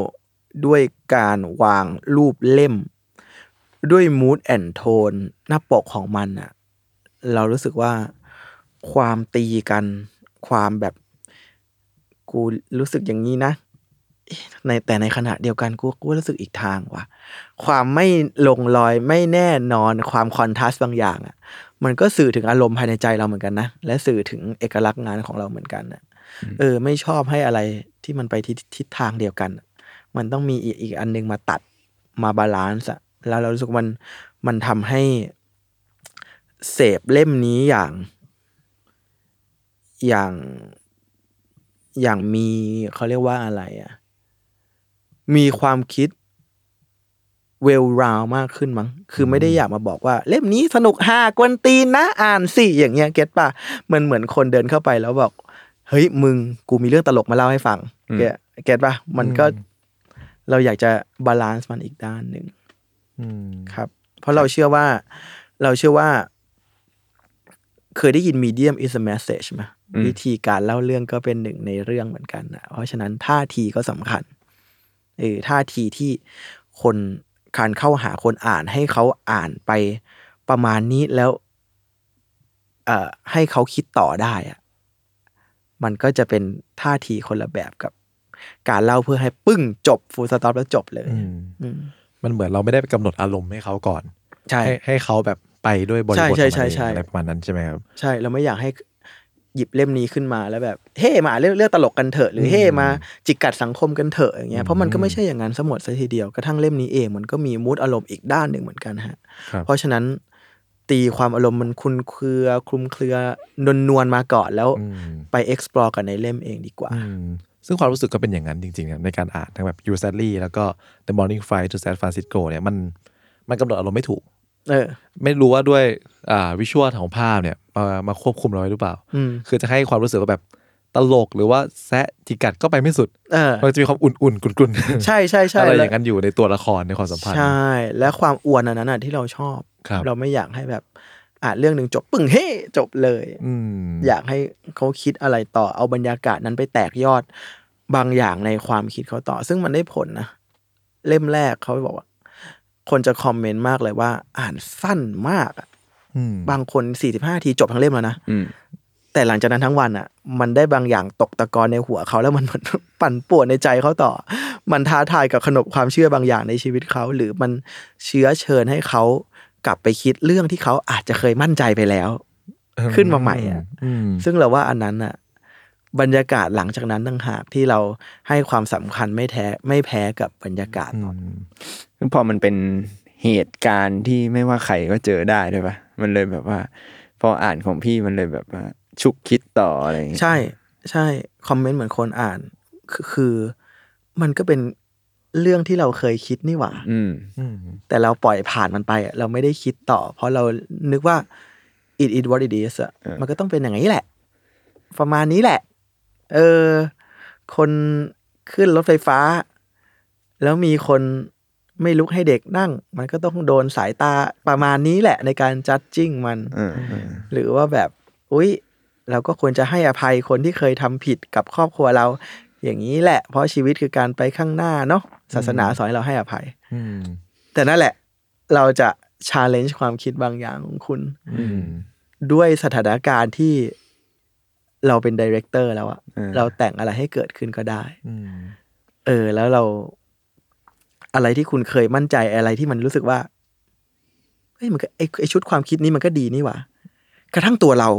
ด้วยการวางรูปเล่ม ด้วยมูดแอนโทนหน้าปกของมันอะเรารู้สึกว่าความตีกัน ความแบบกูรู้สึกอย่างนี้นะเอ๊ะในแต่ในขณะเดียวกันกูกูรู้สึกอีกทางว่ะ ความไม่ลงรอยไม่แน่นอนความคอนทราสต์บางอย่างอะมันก็สื่อถึงอารมณ์ภายในใจเราเหมือนกันนะ และสื่อถึงเอกลักษณ์งานของเราเหมือนกันนะ เออไม่ชอบให้อะไรที่มันไปทิศทิศทางเดียวกัน มันต้องมีอีกอีกอันนึงมาตัดมาบาลานซ์อะแล้วเรารู้สึกมันมันทำให้เสพเล่มนี้อย่าง อย่างอย่างมีเขาเรียกว่าอะไรอะมีความคิดเวลราวมากขึ้นมั้งคือไม่ได้อยากมาบอกว่า เล่มนี้สนุกฮากวนตีนนะอ่านสิอย่างเงี้ยเก็ตป่ะมันเหมือนคนเดินเข้าไปแล้วบอก เฮ้ยมึงกูมีเรื่องตลกมาเล่าให้ฟังแกเก็ตป่ะมันก็เราอยากจะบาลานซ์มันอีกด้านหนึ่ง
อืม
ครับ เพราะเราเชื่อว่า เราเชื่อว่า เคยได้ยิน medium is a message ไหมวิธีการเล่าเรื่องก็เป็นหนึ่งในเรื่องเหมือนกันนะเพราะฉะนั้นท่าทีก็สำคัญเออท่าทีที่คนการเข้าหาคนอ่านให้เขาอ่านไปประมาณนี้แล้ว เอ่อให้เขาคิดต่อได้อะ มันก็จะเป็นท่าทีคนละแบบกับ การเล่าเพื่อให้ปึ้งจบฟูลสต็อปแล้วจบเลย
อืม
อืม
มันเหมือนเราไม่ได้ไปกำหนดอารมณ์ให้เขาก่อน
ใช่
ให้ให้เขาแบบไปด้วยบริบท
ใช่
ของ
ใช่
มันเอง
ใช่
อะไรประมาณนั้นใช่ไหมครับ
ใช่เราไม่อยากให้หยิบเล่มนี้ขึ้นมาแล้วแบบ เฮ้มาเรื่องเรื่องตลกกันเถอะหรือเฮ้มา จิกกัดสังคมกันเถอะอย่างเงี้ยเพราะมันก็ไม่ใช่อย่างนั้นสมดซะทีเดียวกระทั่งเล่มนี้เองมันก็มีมูดอารมณ์อีกด้านหนึ่งเหมือนกันฮะ
ครับ
เพราะฉะนั้นตีความอารมณ์มันคลุนเครือคลุมเครือนวลนวลๆมาก่อนแล้ว
อืม
ไป explore กันในเล่มเองดีกว่า
อืมซึ่งความรู้สึกก็เป็นอย่างนั้นจริงๆครับในการอ่านทั้งแบบ You Sadly แล้วก็ The Morning Flight to San Francisco เนี่ยมันมันกำหนดอารมณ์ไม่ถูก
เออ
ไม่รู้ว่าด้วยอ่าวิชวลของภาพเนี่ยมามาควบคุมเราไว้หรือเปล่า
อืม
คือจะให้ความรู้สึกว่าแบบตลกหรือว่าแซะจิกกัดก็ไปไม่สุด
เออ
มันจะมีความอุ่นๆกลุ่นๆ
ใช่ใช่ใช่
อะไรอ
แล้ว
ย่างนั้นอยู่ในตัวละครในความสัมพันธ์
ใช่ และความอ้วนอันนั้นน่ะที่เราชอบ
ครับ
เราไม่อยากให้แบบอ่านเรื่องหนึ่งจบปึ้งเฮ้จบเลย
อืม
อยากให้เขาคิดอะไรต่อเอาบรรยากาศนั้นไปแตกยอดบางอย่างในความคิดเขาต่อ ซึ่งมันได้ผลนะเล่มแรกเขาบอกว่า คนจะคอมเมนต์มากเลยว่า อ่านสั้นมากอะ
อืม
บางคน 45ทีจบทั้งเล่มแล้วนะ
อืม
แต่หลังจากนั้นทั้งวันอ่ะ มันได้บางอย่างตกตะกอนในหัวเขาแล้วมัน มันปั่นป่วนในใจเขาต่อ มันท้าทายกับขนบความเชื่อบางอย่างในชีวิตเขา หรือมันเชื้อเชิญให้เขากลับไปคิดเรื่องที่เขาอาจจะเคยมั่นใจไปแล้ว ขึ้นมาใหม่อะ
ม
ซึ่งเราว่าอันนั้นอ่ะ บรรยากาศหลังจากนั้นต่างหากที่เราให้ความสำคัญไม่แท้ไม่แพ้กับบรรยากาศ
อื
ตอน
ม
ซึ่งพอมันเป็นเหตุการณ์ที่ไม่ว่าใครก็เจอได้ด้วยปะมันเลยแบบว่า พออ่านของพี่มันเลยแบบว่า ชุกคิดต่ออะไรอย่างเงี้ย
ใช่ ใช่คอมเมนต์เหมือนคนอ่านคือคือ มันก็เป็นเรื่องที่เราเคยคิดนี่หว่า
อืม
อืม
แต่เราปล่อยผ่านมันไปอะเราไม่ได้คิดต่อ เพราะเรานึกว่า it is what it is อะ
เออ
มันก็ต้องเป็นอย่างนี้แหละ ประมาณนี้แหละ เออ คนขึ้นรถไฟฟ้า แล้วมีคนไม่ลุกให้เด็กนั่ง มันก็ต้องโดนสายตาประมาณนี้แหละในการจัดจิ้งมัน
เออเออ
หรือว่าแบบ อุ๊ย เราก็ควรจะให้อภัยคนที่เคยทำผิดกับครอบครัวเรา อย่างนี้แหละ เพราะชีวิตคือการไปข้างหน้าเนาะศาสนาสอนให้เราให้อภัย
อืม
แต่นั่นแหละ เราจะชาเลนจ์ความคิดบางอย่างของคุณ
อืม
ด้วยสถานการณ์ที่เราเป็นดีเรคเตอร์แล้วอะ
เออ
เราแต่งอะไรให้เกิดขึ้นก็ได้
อืม
เออ แล้วเรา อะไรที่คุณเคยมั่นใจอะไรที่มันรู้สึกว่าเฮ้ยมันก็ไอไอชุดความคิดนี้มันก็ดีนี่หว่ากระทั่งตัวเรา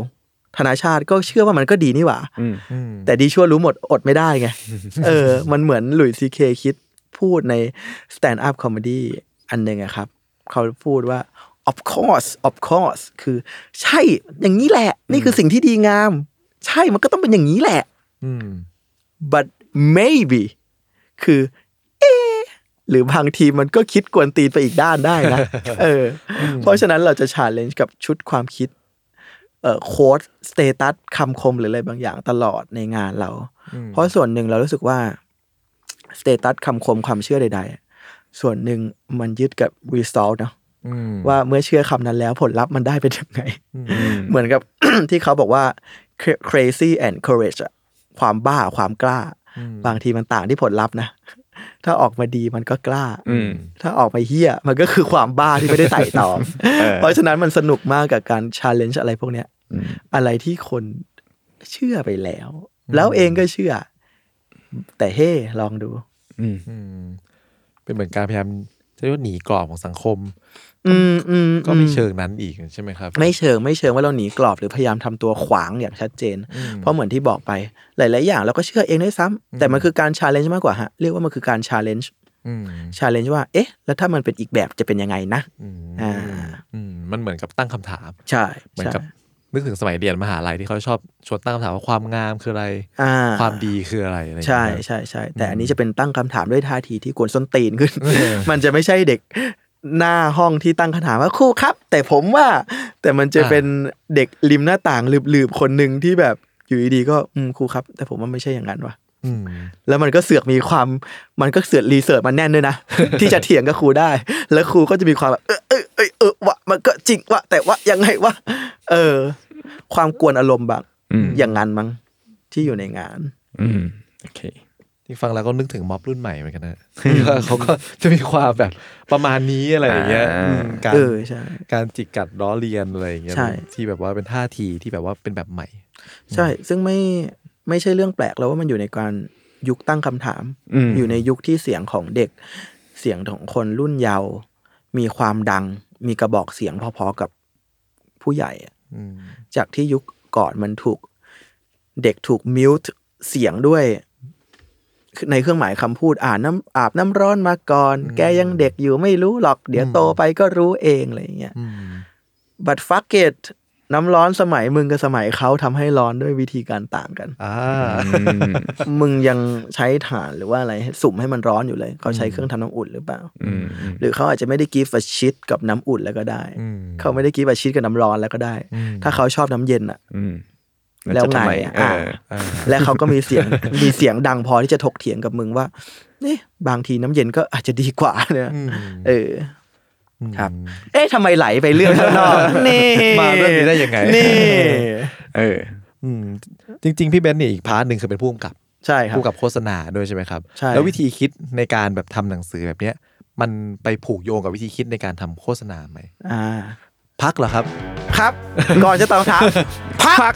ธนาชาติก็เชื่อว่ามันก็ดีนี่หว่า
อืม
อืม
แต่ดีชั่วรู้หมดอดไม่ได้ ไง เออ มันเหมือนหลุยซีเคคิดพูดในสแตนด์อัพคอมเมดี้อันหนึ่งอะครับ เขาพูดว่า of course of course คือ ใช่อย่างนี้แหละ นี่คือสิ่งที่ดีงาม ใช่มันก็ต้องเป็นอย่างนี้แหละ
อืม
but maybe คือ เอะหรือบางทีมันก็คิดกวนตีนไปอีกด้านได้ นะ เออ เพราะฉะนั้นเราจะชาเลนจ์กับชุดความคิด เอ่อโค้ดสเตตัสคำคมหรืออะไรบางอย่างตลอดในงานเรา
อืม
เพราะส่วนหนึ่งเรารู้สึกว่าสเตตัสคำคมความเชื่อใดๆอะส่วนหนึ่งมันยึดกับ result เนาะ
อืม
ว่าเมื่อเชื่อคำนั้นแล้วผลลัพธ์มันได้เป็นยังไง
อืม
เหมือนกับ ที่เขาบอกว่า cra- crazy and courage อะความบ้าความกล้า บางทีมันต่างที่ผลลัพธ์นะ ถ้าออกมาดีมันก็กล้า
อืม
ถ้าออกมาเฮี้ย มันก็คือความบ้าที่ไม่ได้ไต่ตอง เพราะฉะนั้นมันสนุกมากกับการชาเลนจ์อะไรพวกเนี้ย อะไรที่คนเชื่อไปแล้ว แล้วเองก็เชื่อ แต่เฮ้ลองดู
อืม
อืมเป็นเหมือนการพยายามจะเรียกว่าหนีกรอบของสังคม
อืมอืม
ก็ไม่
อื
เชิงนั้นอีกใช่ไหมครับ
ไม่เชิงไม่เชิงว่าเราหนีกรอบหรือพยายามทำตัวขวางอย่างชัดเจน
อืม
เพราะเหมือนที่บอกไป หลาย ๆ อย่างเราก็เชื่อเองด้วยซ้ำแต่มันคือการชาเลนจ์มากกว่าฮะ เรียกว่ามันคือการชาเลนจ์
อืม
ชาเลนจ์ว่า เอ๊ะ แล้วถ้ามันเป็นอีกแบบจะเป็นยังไงนะ
อืม
อ่า
อืมมันเหมือนกับตั้งคำถาม
ใช่
เหมือน
ใช่
กับนึกถึงสมัยเรียนมหาลัยที่เขาชอบชวนตั้งคำถามว่าความงามคืออะไร
อ่า
ความดีคืออะไรอะไรอย่าง
ใช่
เงี้ย
ใช่ใช่แต่อันนี้จะเป็นตั้งคำถามด้วยท่าทีที่กวนส้นตีนขึ้น
เออ
มันจะไม่ใช่เด็กหน้าห้องที่ตั้งคำถามว่าครูครับ แต่ผมว่า แต่มันจะเป็นเด็กริมหน้าต่างลืบๆคนหนึ่งที่แบบอยู่ดีๆก็อืมครูครับ แต่ผมว่าไม่ใช่อย่างนั้นว่ะ
อืม
แล้วมันก็เสือกมีความมันก็เสือกรีเสิร์ชมันแน่นด้วยนะ ที่จะเถียงกับครูได้ แล้วครูก็จะมีความแบบเออเออเออเออวะมันก็จริงวะแต่ว่ายังไงวะเออ ความกวนอารมณ์บาง
อืม
อย่างนั้นมั้งที่อยู่ในงาน
อืมโอเค
ที่ฟังแล้วก็นึกถึงม็อบรุ่นใหม่เหมือนกันนะว่าเขาก็จะมีความแบบประมาณนี้อะไรอย่างเงี้ย
อ่า
อืมการ
เออใช่
การจิกกัดล้อเลียนอะไรอย่างเงี้ย
ใช่
ที่แบบว่าเป็นท่าทีที่แบบว่าเป็นแบบใหม่
ใช่ ซึ่งไม่ไม่ใช่เรื่องแปลกแล้วว่ามันอยู่ในการยุคตั้งคำถาม
อืม
อยู่ในยุคที่เสียงของเด็ก เสียงของคนรุ่นเยาว์มีความดัง มีกระบอกเสียงพอๆกับผู้ใหญ่อะ
อืม
จากที่ยุคก่อนมันถูกเด็กถูกมิวต์เสียงด้วย ในเครื่องหมายคำพูดอ่านน้ำอาบน้ำร้อนมาก่อน แกยังเด็กอยู่ไม่รู้หรอก เดี๋ยวโตไปก็รู้เองอะไรอย่างเงี้ย
อืม
บัตฟักเกตน้ำร้อนสมัยมึงกับสมัยเขาทำให้ร้อนด้วยวิธีการต่างกัน
อ่า
มึงยังใช้ถ่านหรือว่าอะไรสุ่มให้มันร้อนอยู่เลย เขาใช้เครื่องทำน้ำอุ่นหรือเปล่า
อืมอืม
หรือเขาอาจจะไม่ได้กีฟชิดกับน้ำอุ่นแล้วก็ได้
อืม
เขาไม่ได้กีฟชิดกับน้ำร้อนแล้วก็ได้
อืม
ถ้าเขาชอบน้ำเย็นอะ
อืม
แล้ว
จะทำ
ไง
ไม
อะ
เออ
อ่า
และเขาก็มีเสียง มีเสียงดังพอที่จะถกเถียงกับมึงว่าเนี่ยบางทีน้ำเย็นก็อาจจะดีกว่าเนี่ย
อืม
เออ ครับ เอ๊ะทำไมไหลไปเรื่องข้างนอก นี่
มาเรื่องนี้ได้ยังไง
นี่
เออ
อืมจริง ๆ พี่เบนซ์เนี่ยอีกพาร์ทหนึ่งคือเป็นผู้กำกับ
ใช่ครับ
ผู้กำกับโฆษณาด้วยใช่ไหมครับ
ใช่
แล้ววิธีคิดในการแบบทำหนังสือแบบเนี้ย มันไปผูกโยงกับวิธีคิดในการทำโฆษณาไหม
อ่า
พักเหรอครับ
ครับ ก่อนจะตอบคำถาม พัก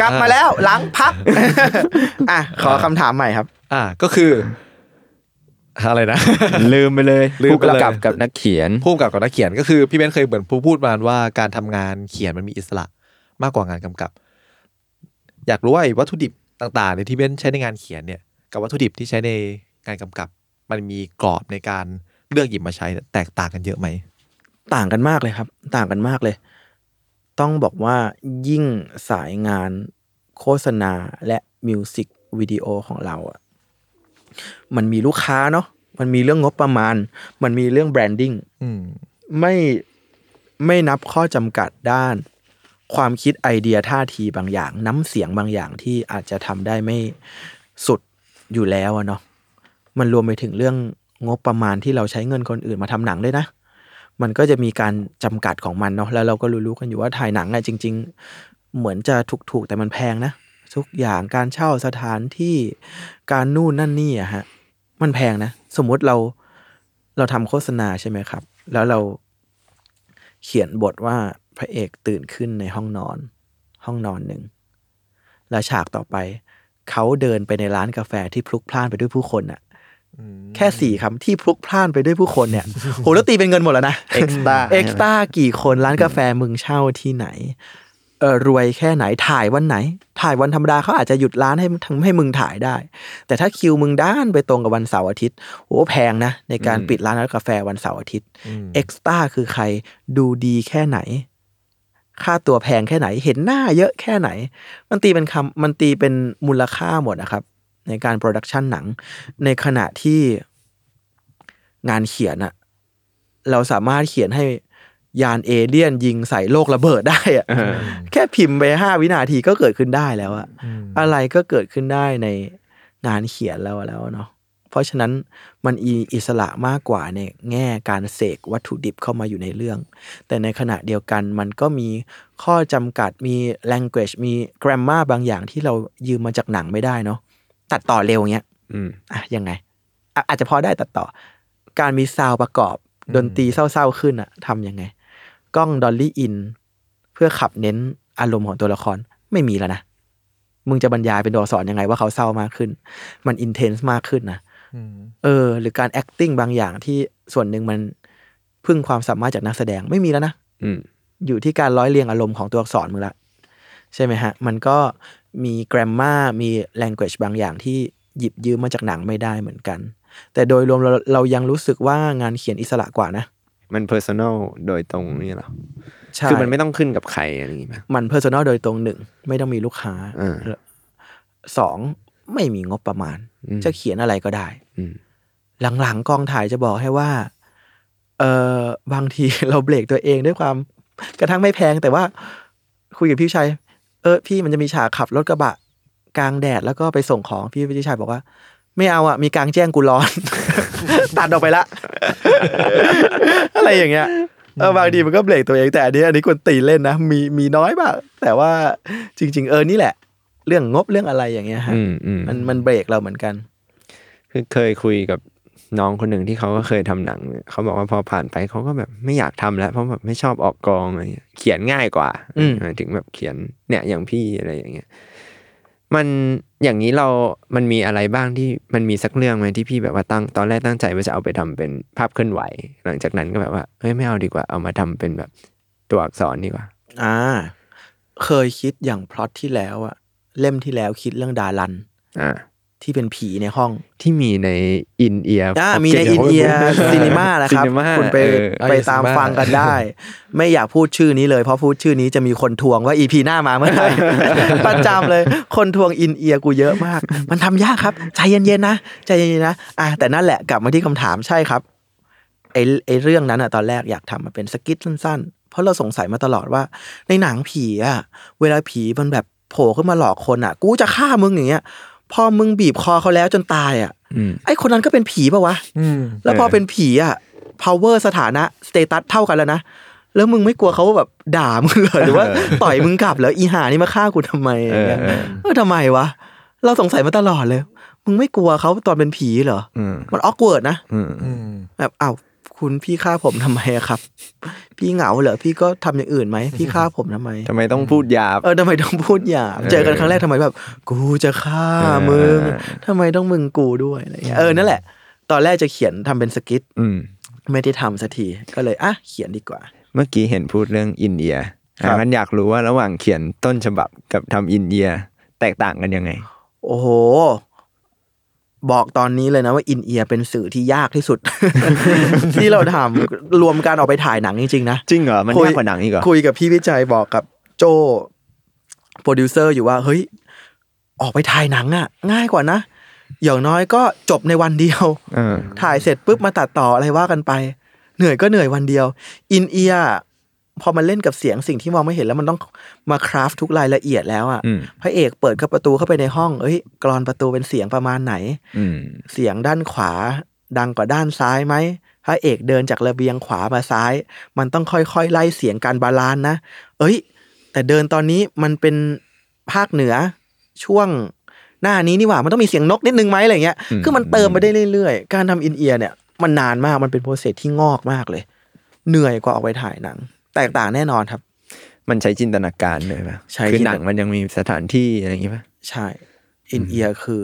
กลับมาแล้วหลัง พัก อ่ะ ขอคำถามใหม่ครับ
อ่าก็คือ อะไร นะ
ลืมไปเลย
ลืม
ผู้
ไปเลย
กำกับกับนักเขียน
ผู้กำกับกับนักเขียนก็คือพี่เบนซ์เคยเหมือนพูดพูดมาว่าการทำงานเขียนมันมีอิสระมากกว่างานกำกับ อยากรู้ว่าไอ้วัตถุดิบต่างๆในยที่เบนซ์ใช้ในงานเขียนเนี่ย กับวัตถุดิบที่ใช้ในงานกำกับ มันมีกรอบในการเลือกหยิบมาใช้เนี่ยแตกต่างกันเยอะไหม
ต่างกันมากเลยครับ ต่างกันมากเลย ต้องบอกว่ายิ่งสายงานโฆษณาและมิวสิก วิดีโอของเราอะมันมีลูกค้าเนาะมันมีเรื่องงบประมาณ มันมีเรื่องแบรนดิ้ง
อืม
ไม่ไม่นับข้อจำกัดด้าน ความคิดไอเดียท่าทีบางอย่าง น้ำเสียงบางอย่างที่อาจจะทำได้ไม่สุดอยู่แล้วอะเนาะมันรวมไปถึงเรื่องงบประมาณที่เราใช้เงินคนอื่นมาทำหนังด้วยนะ มันก็จะมีการจำกัดของมันเนาะแล้วเราก็รู้ๆกันอยู่ว่าถ่ายหนังอะจริง ๆ เหมือนจะถูกๆแต่มันแพงนะ ทุกอย่างการเช่าสถานที่การนู่นนั่นนี่อะฮะ มันแพงนะ สมมุติเราเราทำโฆษณาใช่ไหมครับ แล้วเราเขียนบทว่าพระเอกตื่นขึ้นในห้องนอน ห้องนอนหนึ่ง แล้วฉากต่อไป เขาเดินไปในร้านกาแฟที่พลุกพล่านไปด้วยผู้คนน่ะ แค่สี่คำที่พลุกพล่านไปด้วยผู้คนเนี่ย โหแล้วตีเป็นเงินหมดแล้วนะ
เอ็กซ์ตร้า
เอ็กซ์ต้ากี่คนร้านกาแฟมึงเช่าที่ไหนเออรวยแค่ไหนถ่ายวันไหน ถ่ายวันธรรมดาเขาอาจจะหยุดร้านให้ทำให้มึงถ่ายได้ แต่ถ้าคิวมึงด้านไปตรงกับวันเสาร์อาทิตย์โอ้แพงนะ ในการ
อืม
ปิดร้านกาแฟวันเสาร์อาทิตย์
อืม
เอ็กซ์ต้าคือใครดูดีแค่ไหน ค่าตัวแพงแค่ไหนเห็นหน้าเยอะแค่ไหน มันตีเป็นคำมันตีเป็นมูลค่าหมดนะครับ ในการโปรดักชันหนัง ในขณะที่งานเขียนอะเราสามารถเขียนให้ยานเอเลี่ยนยิงใส่โลกระเบิดได้อะแค่พิมพ์ไปห้าวินาทีก็เกิดขึ้นได้แล้วอะอะไรก็เกิดขึ้นได้ในงานเขียนแล้วแล้วเนาะเพราะฉะนั้นมันอีอิสระมากกว่าในแง่การเสกวัตถุดิบเข้ามาอยู่ในเรื่อง แต่ในขณะเดียวกันมันก็มีข้อจำกัดมี language มี grammar บางอย่างที่เรายืมมาจากหนังไม่ได้เนาะตัดต่อเร็วเงี้ย
อืม
อ่ะยังไงอ่ะอาจจะพอได้ตัดต่อ การมีซาวด์ประกอบดนตรีเศร้าๆขึ้นอะทำยังไง กล้องดอลลี่อิน เพื่อขับเน้นอารมณ์ของตัวละครไม่มีแล้วนะ มึงจะบรรยายเป็นตัวอักษรยังไงว่าเขาเศร้ามากขึ้น มันอินเทนส์มากขึ้นนะ เออ หรือการ acting บางอย่างที่ส่วนหนึ่งมันพึ่งความสามารถจากนักแสดงไม่มีแล้วนะ
อืม
อยู่ที่การร้อยเรียงอารมณ์ของตัวอักษรมึงละใช่ไหมฮะ มันก็มี grammar มี language บางอย่างที่หยิบยืมมาจากหนังไม่ได้เหมือนกัน แต่โดยรวมเราเรายังรู้สึกว่างานเขียนอิสระกว่านะ
มันเพอร์ซันอลโดยตรงนี่เหรอ
ใช่
คือมันไม่ต้องขึ้นกับใครอะไรอย่างงี้ป่ะ
มัน personal โดยตรงหนึ่ง ไม่ต้องมีลูกค้า
อ่า
สองไม่มีงบประมาณ
อืม
จะเขียนอะไรก็ได้
อืม
หลังๆกองถ่ายจะบอกให้ว่า เออบางที เราเบรกตัวเองด้วยความ กระทั่งไม่แพง แต่ว่าคุยกับพี่ชัย เออ พี่มันจะมีฉากขับรถกระบะ กลางแดดแล้วก็ไปส่งของพี่พี่ชัยบอกว่า ไม่เอาอ่ะ มีกลางแจ้งกูร้อน ตัดออกไปละ อะไรอย่างเงี้ยเออบางทีมันก็เบรกตัวเองแต่อันนี้อันนี้ควรตีเล่นนะมีมีน้อยบ้างแต่ว่าจริง ๆ เออนี่แหละ เรื่องงบเรื่องอะไรอย่างเงี้ยฮะ
อืมอืม
มันมันเบรกเราเหมือนกัน
คือเคยคุยกับน้องคนหนึ่งที่เขาก็เคยทำหนังเนี่ยเขาบอกว่าพอผ่านไปเขาก็แบบไม่อยากทำแล้ว เพราะแบบไม่ชอบออกกองอะไรเงี้ยเขียนง่ายกว่า
อืม
เถึงแบบเขียนเนี่ยอย่างพี่อะไรอย่างเงี้ยมันอย่างนี้เรามันมีอะไรบ้างที่มันมีสักเรื่องไหมที่พี่แบบว่าตั้งตอนแรกตั้งใจว่าจะเอาไปทำเป็นภาพเคลื่อนไหว หลังจากนั้นก็แบบว่าเฮ้ยไม่เอาดีกว่าเอามาทำเป็นแบบตัวอักษรดีกว่า
อ่า เคยคิดอย่างพล็อตที่แล้วอะเล่มที่แล้วคิดเรื่องดารัน
อ่า
ที่เป็นผีในห้อง
ที่มีในอินเอียร์
อ่ามีในอินเดียซีนิมานะครับ
Cinema
คุณไป
เออ
ไป
เออ
ตาม
Cinema
ฟังกันได้ ไม่อยากพูดชื่อนี้เลย เพราะพูดชื่อนี้จะมีคนทวงว่าอีพีหน้ามาเมื่อ ไหร่ ประจำเลย คนทวงอินเอียร์กูเยอะมาก มันทำยากครับ ใจเย็นๆนะ ใจเย็นๆนะอ่ะแต่นั่นแหละกลับมาที่คำถามใช่ครับ ไอ้ไอ้เรื่องนั้นอะตอนแรกอยากทำมาเป็นสกิทสั้นๆ เพราะเราสงสัยมาตลอดว่า ในหนังผีอะเวลาผีมันแบบโผล่ขึ้นมาหลอกคนอะกูจะฆ่ามึงอย่างเงี้ยพอมึงบีบคอเขาแล้วจนตายอะ
อืม
ไอ้คนนั้นก็เป็นผีปะวะ
อืม
แล้วพอ
เออ
เป็นผีอะ power สถานะ สเตตัสเท่ากันแล้วนะ แล้วมึงไม่กลัวเขาแบบด่ามึงเหรอหรือว่า ต่อยมึงกลับเหรออีห่านี่มาฆ่ากูทำไม
เออเออ
เออทำไมวะ เราสงสัยมาตลอดเลย มึงไม่กลัวเขาตอนเป็นผีเหรอ
อืม
มันออกเวิร์ดนะ
อืม
อืม
แบบอ้าวคุณพี่ฆ่าผมทำไมอะครับ พี่เหงาเหรอพี่ก็ทำอย่างอื่นไหมพี่ฆ่าผมทำไม
ทำไมต้องพูดหยาบ
เออทำไมต้องพูดหยาบ
เออ
เจอกันครั้งแรกทำไมแบบ กูจะฆ่ามึง
เออ
ทำไมต้องมึงกูด้วยอะไรเงี้ยเออนั่นแหละ ตอนแรกจะเขียนทำเป็นสกิท
อืม
ไม่ได้ทำสักทีก็เลยอ่ะเขียนดีกว่า
เมื่อกี้เห็นพูดเรื่องอินเดีย
ครับ
งั้นอยากรู้ว่าระหว่างเขียนต้นฉบับกับทำอินเดียแตกต่างกันยังไง
โอ้โห บอกตอนนี้เลยนะว่าอินเอียเป็นสื่อที่ยากที่สุด ที่เราทำรวมการออกไปถ่ายหนังจริงๆนะ
จริงเหรอ มัน
คุย
ยากกว่าหนังอีกเหรอ
คุยกับพี่วิจัยบอกกับโจโปรดิวเซอร์อยู่ว่า เฮ้ย ออกไปถ่ายหนังอ่ะ ง่ายกว่านะ อย่างน้อยก็จบในวันเดียว
เออ
ถ่ายเสร็จปุ๊บมาตัดต่ออะไรว่ากันไป เหนื่อยก็เหนื่อยวันเดียว อินเอียพอมันเล่นกับเสียงสิ่งที่มองไม่เห็นแล้วมันต้องมาคราฟทุกรายละเอียดแล้วอะ่ะ
อืม
พระเอกเปิดเข้าประตูเข้าไปในห้อง เอ้ยกรอนประตูเป็นเสียงประมาณไหน
อืม
เสียงด้านขวา ดังกว่าด้านซ้ายไหมพระเอกเดินจากระเบียงขวามาซ้าย มันต้องค่อยๆไล่เสียงการบาลานซ์นะ เอ้ย แต่เดินตอนนี้มันเป็นภาคเหนือช่วงหน้านี้นี่หว่ามันต้องมีเสียงนกนิดนึงไหมอะไรเงี้ย
อืม
คือมันเติมไปได้เรื่อยๆ การทำอินเอียร์เนี่ย มันนานมากมันเป็นโปรเซสที่งอกมากเลย เหนื่อยกว่าออกไปถ่ายหนัง แตกต่างแน่นอนครับ
มันใช้จินตนาการเลยป่ะ
ใช้
คือ
จินต
หนังมันยังมีสถานที่อะไรอย่างงี้ป่ะ
ใช่อินเอียคือ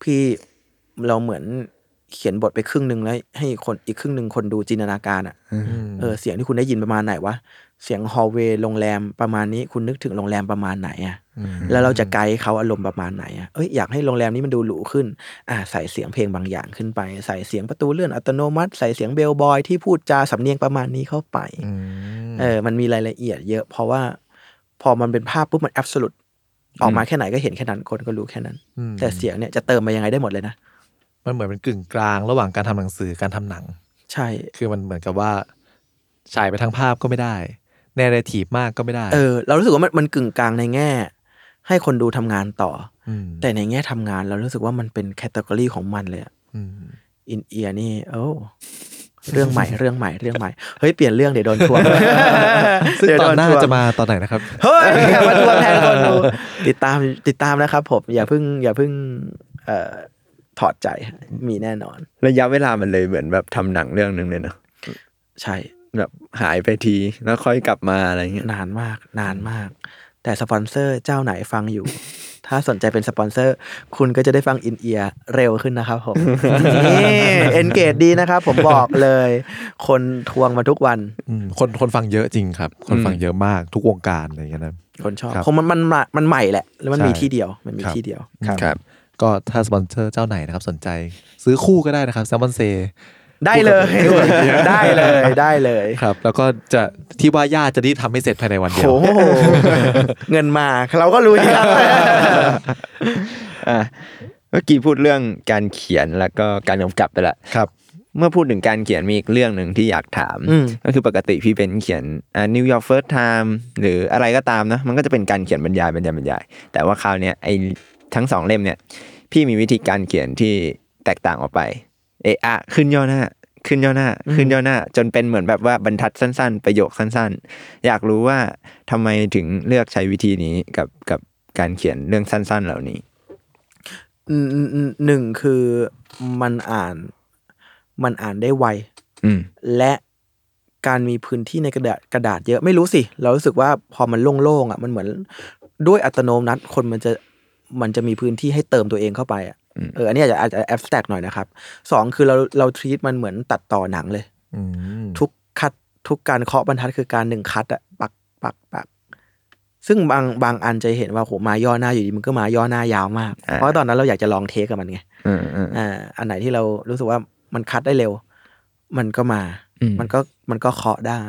พี่เราเหมือนเขียนบทไปครึ่งหนึ่งแล้ว ให้คนอีกครึ่งหนึ่งคนดูจินตนาการอ่ะเออเสียงที่คุณได้ยินประมาณไหนวะเสียงฮอลเวย์โรงแรมประมาณนี้คุณนึกถึงโรงแรมประมาณไหนอ่ะแล้วเราจะไกด์เขาอารมณ์ประมาณไหนอ่ะเอ้ยอยากให้โรงแรมนี้มันดูหรูขึ้นอ่าใส่เสียงเพลงบางอย่างขึ้นไป ใส่เสียงประตูเลื่อนอัตโนมัติ ใส่เสียงเบลบอยที่พูดจาสำเนียงประมาณนี้เข้าไป เออ มันมีรายละเอียดเยอะ เพราะว่าพอมันเป็นภาพปุ๊บมันแอบส u t e ออกมาแค่ไหนก็เห็นแค่นั้นคนก็รู้แค่นั้น
อืม
แต่เสียงเนี่ยจะเติมมายังไงได้หมดเลยนะ
มันเหมือนเป็นกึ่งกลางระหว่างการทำหนังสือการทำหนัง
ใช่
คือมันเหมือนกับว่าฉายไปทางภาพก็ไม่ได้ แนเรทีฟมากก็ไม่ได้
เออ เรารู้สึกว่ามันมันกึ่งกลางในแง่ ให้คนดูทำงานต่อ
ม
อแต่ในแง่ทำงานเรารู้สึกว่ามันเป็นแคตตากรีของมันเลย
อืม
อินเอียนี่โอ้เรื่องใหม่ เรื่องใหม่เรื่องใหม่เฮ้ยเปลี่ยนเรื่องเดี๋ยวโดนทวง
ซึ่ง
เดี๋ยว
ตอ
โด
นหน้า
ทวง
จะมาตอนไหนนะครับ
เฮ้ยมาทวนแทนคนดูติดตามติดตามนะครับผม อย่าเพิ่งอย่าเพิ่งเอ่อถอดใจมีแน่นอน
ระยะเวลามันเลยเหมือนแบบทำหนังเรื่องหนึ่งเลยเนอะ
ใช่
แบบหายไปทีแล้วค่อยกลับมาอะไรเงี้ย
นานมากนานมาก แต่สปอนเซอร์เจ้าไหนฟังอยู่ ถ้าสนใจเป็นสปอนเซอร์ คุณก็จะได้ฟังอินเอียเร็วขึ้นนะครับ ผมเอนเกตดีนะครับผมบอกเลย คนทวงมาทุกวัน
อืมคนคนฟังเยอะจริงครับ คนฟังเยอะมากทุกวงการอะไรอย่างเงี้ยนะ
คนชอบ
ครับ
คงมันมันมันใหม่แหละ แล้วมันมี
ใช่
ที่เดียวมันมี
ครับ
ที่เดียว
ครับ
ก็ถ้าสปอนเซอร์เจ้าไหนนะครับสนใจ ซื้อคู่ก็ได้นะครับแซมบอนเซ
ได้เลย ได้เลยได้เลย
ครับ แล้วก็จะที่ว่าย่าจะรีบทำให้เสร็จภายในวันเดียว
โอ้โห เงินมาเราก็รู้ อยู่แล้ว
อ่ะเมื่อกี้พูดเรื่องการเขียนแล้วก็การกำกับไปละ
ครับ
เมื่อพูดถึงการเขียนมีอีกเรื่องหนึ่งที่อยากถาม
อืม
ก็คือปกติพี่เป็นเขียนอ่า New York First Time หรืออะไรก็ตามนะ มันก็จะเป็นการเขียนบรรยายบรรยายบรรยาย แต่ว่าคราวเนี้ยไอทั้งสองเล่มเนี่ย พี่มีวิธีการเขียนที่แตกต่างออกไป เอะอะขึ้นย่อหน้า ขึ้นย่อหน้า ขึ้นย่อหน้า จนเป็นเหมือนแบบว่าบรรทัดสั้น ๆ ประโยคสั้น ๆ อยากรู้ว่าทำไมถึงเลือกใช้วิธีนี้กับกับการเขียนเรื่องสั้น ๆ เหล่านี้
อืมอืมอืมหนึ่งคือมันอ่านมันอ่านได้ไว
อืม
และการมีพื้นที่ในกระดาษกระดาษเยอะไม่รู้สิ เรารู้สึกว่าพอมันโล่งๆอ่ะมันเหมือนด้วยอัตโนมัติคนมันจะมันจะมีพื้นที่ให้เติมตัวเองเข้าไปอ่ะ
อืม
เอออันนี้อาจจะอาจจะแอบสแต็กหน่อยนะครับสองคือเราเราทรีตมันเหมือนตัดต่อหนังเลย
อืม
ทุกคัดทุกการเคาะบรรทัดคือการหนึ่งคัดอะปักปักปัก ซึ่งบางบางอันจะเห็นว่าโหมาย่อหน้าอยู่ดีมันก็มาย่อหน้ายาวมาก
อ่า
เพราะตอนนั้นเราอยากจะลองเทคกับมันไง
อืมอืม
อ่าอันไหนที่เรารู้สึกว่ามันคัดได้เร็ว มันก็มา
อืม
มันก็มันก็เคาะได้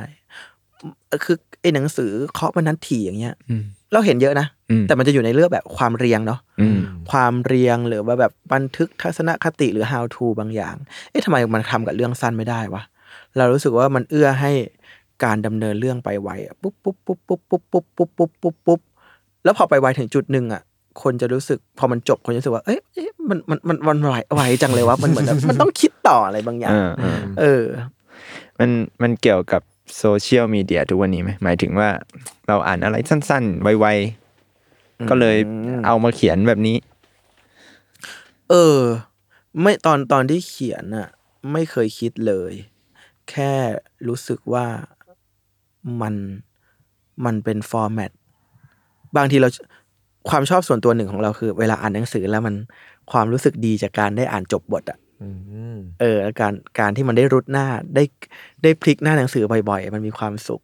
เอ่อคือไอ้หนังสือเคาะบรรทัดถี่อย่างเงี้ย
อืม
เราเห็นเยอะนะ
อืม
แต่มันจะอยู่ในเรื่องแบบความเรียงเนาะ
อืม
ความเรียงหรือว่าแบบบันทึกทัศนคติหรือ how to บางอย่าง เอ๊ะทำไมมันทำกับเรื่องสั้นไม่ได้วะ เรารู้สึกว่ามันเอื้อให้การดำเนินเรื่องไปไวอะปุ๊บปุ๊บปุ๊บปุ๊บปุ๊บปุ๊บปุ๊บปุ๊บปุ๊บปุ๊บแล้วพอไปไวถึงจุดหนึ่งอ่ะ คนจะรู้สึกพอมันจบคนจะรู้สึกว่า เอ๊ะเอ๊ะมันมันมันมันไวไวจังเลยวะมันเหมือนแบบ มันต้องคิดต่ออะไรบางอย่าง
อ่าอ่า
เออ
มันมันเกี่ยวกับโซเชียลมีเดียทุกวันนี้ไหมหมายถึงว่าเราอ่านอะไรสั้นๆ ไวๆ ก็เลยเอามาเขียนแบบนี้
เออ ไม่ตอนตอนที่เขียนน่ะ ไม่เคยคิดเลย แค่รู้สึกว่ามันมันเป็นฟอร์แมตบางทีเราความชอบส่วนตัวหนึ่งของเราคือ เวลาอ่านหนังสือแล้วมันความรู้สึกดีจากการได้อ่านจบบทอะ
อืม
เออแล้วการการที่มันได้รุดหน้าได้ได้พลิกหน้าหนังสือบ่อยๆ มันมีความสุข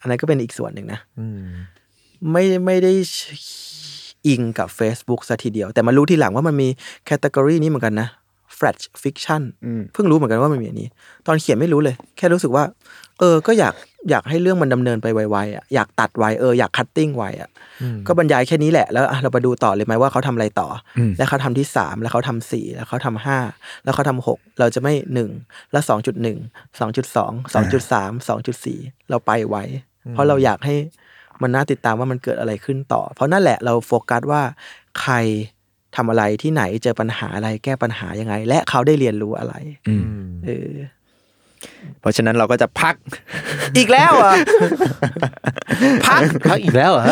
อันนั้นก็เป็นอีกส่วนหนึ่งนะ
อืม
ไม่ไม่ได้อิงกับ Facebook ซะทีเดียว แต่มารู้ทีหลังว่ามันมีแคตตากรีนี้เหมือนกันนะ flash fiction
อืม
เพิ่งรู้เหมือนกันว่ามันมีอันนี้ ตอนเขียนไม่รู้เลย แค่รู้สึกว่า เออ ก็อยากอยากให้เรื่องมันดำเนินไปไวๆอ่ะอยากตัดไวเอออยากคัตติ้งไวอ่ะก็บรรยายแค่นี้แหละ แล้วอ่ะเราไปดูต่อเลยไหมว่าเขาทำอะไรต่ออแล้วเขาทำที่สามแล้วเขาทำสี่แล้วเขาทำห้าแล้วเขาทำหกเราจะไม่หนึ่งแล้วสองจุดหนึ่งสองจุดสองสองจุดสามสองจุดสี่เราไปไวเพราะเราอยากให้มันน่าติดตามว่ามันเกิดอะไรขึ้นต่อ เพราะนั่นแหละเราโฟกัสว่าใครทำอะไรที่ไหนเจอปัญหาอะไรแก้ปัญหายังไง และเขาได้เรียนรู้อะไรเออ
เพราะฉะนั้นเราก็จะพัก
อีกแล้วเหรอ่ะ พัก
พักอีกแล้วเหรอ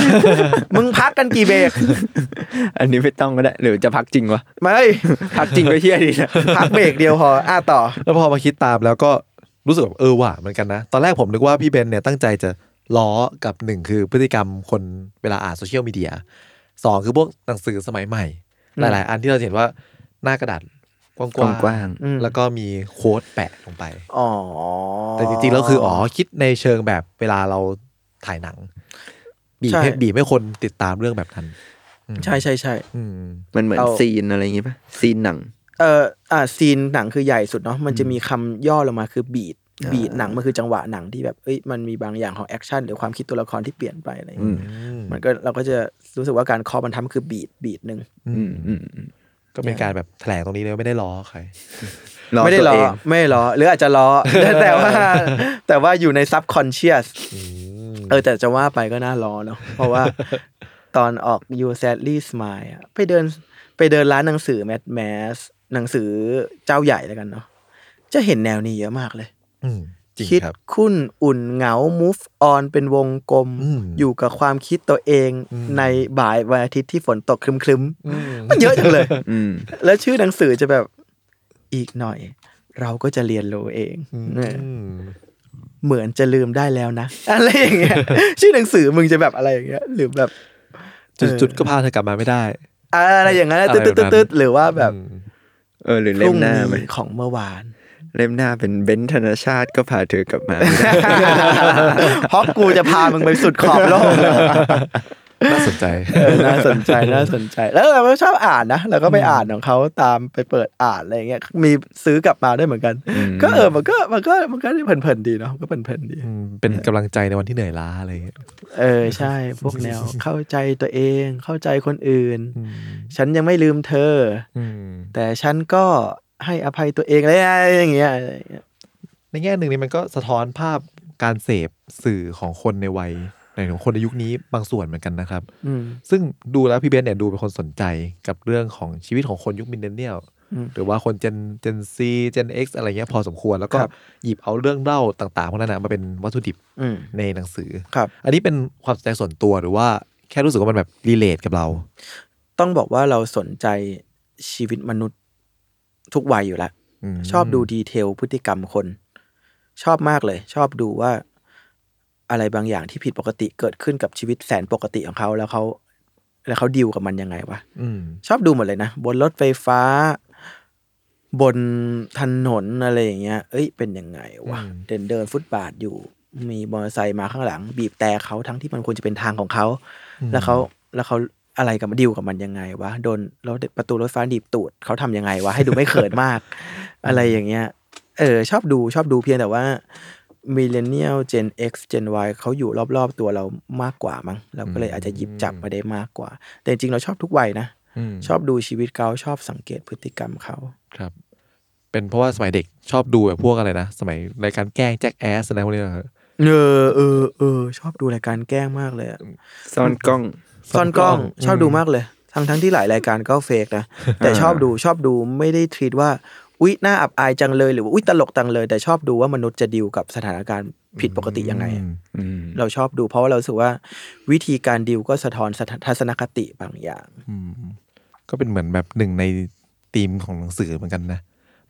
มึงพักกันกี่เบรก
อันนี้ไม่ต้องก็ได้ หรือจะพักจริงวะ
ไม่
พักจริงก็เฮี้ยดีนะ
พักเบรกเดียวพออ่ะต่อ
แล้วพอมาคิดตามแล้วก็รู้สึกแบบเออว่ะเหมือนกันนะ ตอนแรกผมนึกว่าพี่เบนเนี่ยตั้งใจจะล้อกับหนึ่งคือพฤติกรรมคนเวลาอ่านโซเชียลมีเดียสองคือพวกหนังสือสมัยใหม่ หลาย ๆ อันที่เราจะเห็นว่าหน้ากระดาษกว้าง
กว้าง
อืม
ๆแล้วก็มีโค้ดแปะลงไป
อ๋อ
แต่จริง ๆ แล้วคืออ๋อคิดในเชิงแบบเวลาเราถ่ายหนัง บีบให้บีบให้คนติดตามเรื่องแบบนั้น
ใช่ใช่ใช่
อืม
ๆมันเหมือน
เอา
ซีนอะไรอย่างงี้ปะซีนหนัง
เอ่ออ่ะซีนหนังคือใหญ่สุดเนาะมันจะมีคำย่อลงมาคือบีดบีดหนังมันคือจังหวะหนังที่แบบเอ้ยมันมีบางอย่างของแอคชั่นหรือความคิดตัวละครที่เปลี่ยนไปอะไรอย่างเงี้ยมันก็เราก็จะรู้สึกว่าการคอบรรทัดมันคือบีดบีดหนึ่ง
อืมอืม
ก็เป็นการแบบแถลงตรงนี้เลยว่าไม่ได้ล้อใคร
รอ
ไม่ได้
ตัว
ล้อ
เอง
ไม่ได้ล้อหรืออาจจะล้อ แต่ว่า แต่ว่าอยู่ในซับคอนเชียส เออแต่จะว่าไปก็น่าร้อนเนาะ เพราะ ว่าตอนออก You Sadly Smile อะไปเดินไปเดินร้านหนังสือแมสแมสหนังสือเจ้าใหญ่แล้วกันเนาะจะเห็นแนวนี้เยอะมากเลย
อืมจริง
คิด
ครับ
คุ้นอุ่นเหงา move on เป็นวงกลม
อืม
อยู่กับความคิดตัวเอง
อืม
ในบ่ายวันอาทิตย์ที่ฝนตกครึม
อืม
ๆมันเยอะจังเลย
อืม
แล้วชื่อหนังสือจะแบบอีกหน่อย เราก็จะเรียนรู้เองเนี่ย เหมือนจะลืมได้แล้วนะ อะไรอย่างเงี้ย ชื่อหนังสือมึงจะแบบอะไรอย่างเงี้ย หรือแบบ
จุดจุดๆก็พาเธอกลับมาไม่ได้
อะไรอย่างเงี้ย
อะไร
ตึ๊ด
แบบนั้น
ๆตึ๊ดๆหรือว่าแบบ
เออหรือ
พ
เล่
รุ่
ม
ง
หน้า
นี้
ไหม
ของเมื่อวาน
เล่มหน้าเป็นเบนซ์ธนชาติก็พาเธอกลับมา
เพราะกูจะพามึงไปสุดขอบโลก เลย
น่าสนใจ
เออน่าสนใจน่าสนใจ แล้วเราก็ชอบอ่านนะเราก็ไปอ่านของเขาตามไปเปิดอ่านอะไรอย่างเงี้ยมีซื้อกลับมาด้วยเหมือนกัน ก็เออมันก็มันก็มันก็เพลินๆดีเนาะมันก็เพลินๆดี
เป็นกำลังใจในวันที่เหนื่อยล้าอะไรอย่างเงี้ย
เออใช่ พวกแนว เข้าใจตัวเองเข้าใจคนอื่น ฉันยังไม่ลืมเธอ แต่ฉันก็ให้อภัยตัวเองเลยอะไรอย่างเงี้ยอะไรอย่างเงี้ย
ในแง่หนึ่งนี่มันก็สะท้อนภาพการเสพสื่อของคนในวัยในของคนในยุคนี้บางส่วนเหมือนกันนะครับ
อืม
ซึ่งดูแล้วพี่เบนซ์เนี่ยดูเป็นคนสนใจกับเรื่องของชีวิตของคนยุคมินเลนเนียล
อืม
หรือว่าคนเจนเจนซีเจนเอ็กซ์อะไรเงี้ยพอสมควรแล้วก็
ครับ
หยิบเอาเรื่องเล่าต่างๆพวกนั้นนะมาเป็นวัตถุดิบ
อืม
ในหนังสือ
ครับ
อันนี้เป็นความสนใจส่วนตัวหรือว่าแค่รู้สึกว่ามันแบบรีเลทกับเรา
ต้องบอกว่าเราสนใจชีวิตมนุษย์ทุกวัยอยู่แล้ว
ม
ชอบดูดีเทลพฤติกรรมคน ชอบมากเลย ชอบดูว่าอะไรบางอย่างที่ผิดปกติเกิดขึ้นกับชีวิตแสนปกติของเขาแล้วเขาแล้วเขาดิวกับมันยังไงวะ
อืม
ชอบดูหมดเลยนะ บนรถไฟฟ้า บนถนนอะไรอย่างเงี้ย เอ้ย เป็นยังไงวะ
อืม
เดินเดินฟุตบาทอยู่ มีมอเตอร์ไซค์มาข้างหลัง บีบแต่เขาทั้งที่มันควรจะเป็นทางของเขา แล้วเขาแล้วเขาอะไรกับดิวกับมันยังไงวะโดนรถประตูรถไฟฟ้าดีบตูดเขาทำยังไงวะให้ดูไม่เขินมาก อะไรอย่างเงี้ย เออ ชอบดูชอบดูเพียงแต่ว่ามิเลเนียลเจน X เจน Y เขาอยู่รอบๆตัวเรามากกว่ามั้งเราก็เลยอาจจะหยิบจับมาได้มากกว่า แต่จริงๆเราชอบทุกวัยนะ
ม
ชอบดูชีวิตเขาชอบสังเกตพฤติกรรมเขา
ครับ เป็นเพราะว่าสมัยเด็กชอบดูแบบพวกอะไรนะ สมัยรายการแกล้งแจ็คแอสอะไรพวกนี้เหรอ
เออเออเออชอบดูรายการแกล้งมากเลยอะ
ซ่อนกล้อง
ซ่อนกล้อง
ซ่อนกล้อง
ชอบดูมากเลย ทั้งทั้งที่หลายรายการก็เฟกนะ แต่ชอบดูชอบดูไม่ได้ทีตว่าอุ๊ยน่าอับอายจังเลยหรือว่าอุ๊ยตลกจังเลย แต่ชอบดูว่ามนุษย์จะดิวกับสถานการณ์ผิดปกติยังไงอะ
อืม
เราชอบดูเพราะว่าเรารู้สึกว่าวิธีการดิวก็สะท้อนสถานทัศนคติบางอย่าง
อืมก็เป็นเหมือนแบบหนึ่งในธีมของหนังสือเหมือนกันนะ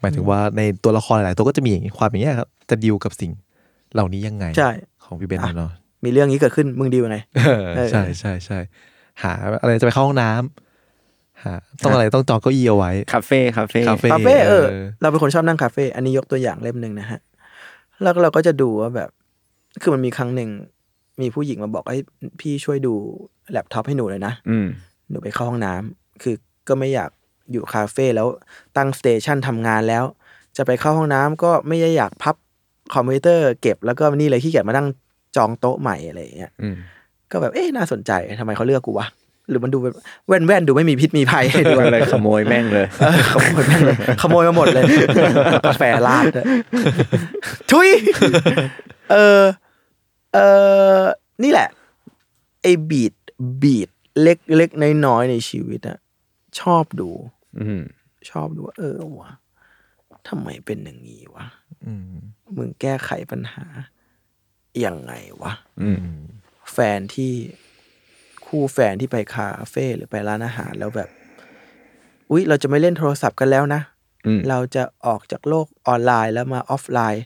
หมายถึงว่าในตัวละครหลาย ๆ ตัวก็จะมีอย่างนี้ความอย่างเงี้ยครับ จะดิวกับสิ่งเหล่านี้ยังไง
ใช่
ของพี่เบนซ์เนาะ
มีเรื่องนี้เกิดขึ้นมึงดิวยังไง
เออใช่ใช่ใช่หาอะไรจะไปเข้าห้องน้ำหาต้องอะไรต้องจองเก้าอี้เอาไว้
คาเฟ่คาเฟ่
คาเฟ่
คาเฟ่เออ
เออ
เราเป็นคนชอบนั่งคาเฟ่อันนี้ยกตัวอย่างเล่มหนึ่งนะฮะ แล้วเราก็จะดูว่าแบบ คือมันมีครั้งหนึ่ง มีผู้หญิงมาบอกให้พี่ช่วยดูแล็ปท็อปให้หนูเลยนะ
อืม
หนูไปเข้าห้องน้ำคือก็ไม่อยาก อยู่คาเฟ่แล้วตั้งสเตชันทำงานแล้ว จะไปเข้าห้องน้ำก็ไม่ได้อยากพับคอมพิวเตอร์เก็บแล้วก็นี่เลยขี้เกียจมานั่งจองโต๊ะใหม่อะไรอย่างเงี้ย
อืม
ก็แบบเอ๊ะน่าสนใจทำไมเขาเลือกกูวะ หรือมันดูแบบแว่นแว่นๆดูไม่มีพิษมีภัย ดู
ก็
อะไร
เลยขโมยแม่งเลย
เออขโมยแม่งเลย ขโมยมาหมดเลย กาแฟลาดด้วย ทุยเออเออนี่แหละ ไอ้บีดบีดเล็กเล็กๆน้อยๆในชีวิตอะชอบดู
อืม
ชอบดูว่าเออวะทำไมเป็นอย่างนี้วะ
อืม
มึงแก้ไขปัญหายังไงวะ
อืม
แฟนที่คู่แฟนที่ไปคาเฟ่หรือไปร้านอาหารแล้วแบบ อุ๊ย เราจะไม่เล่นโทรศัพท์กันแล้วนะ
อืม
เราจะออกจากโลกออนไลน์แล้วมาออฟไลน์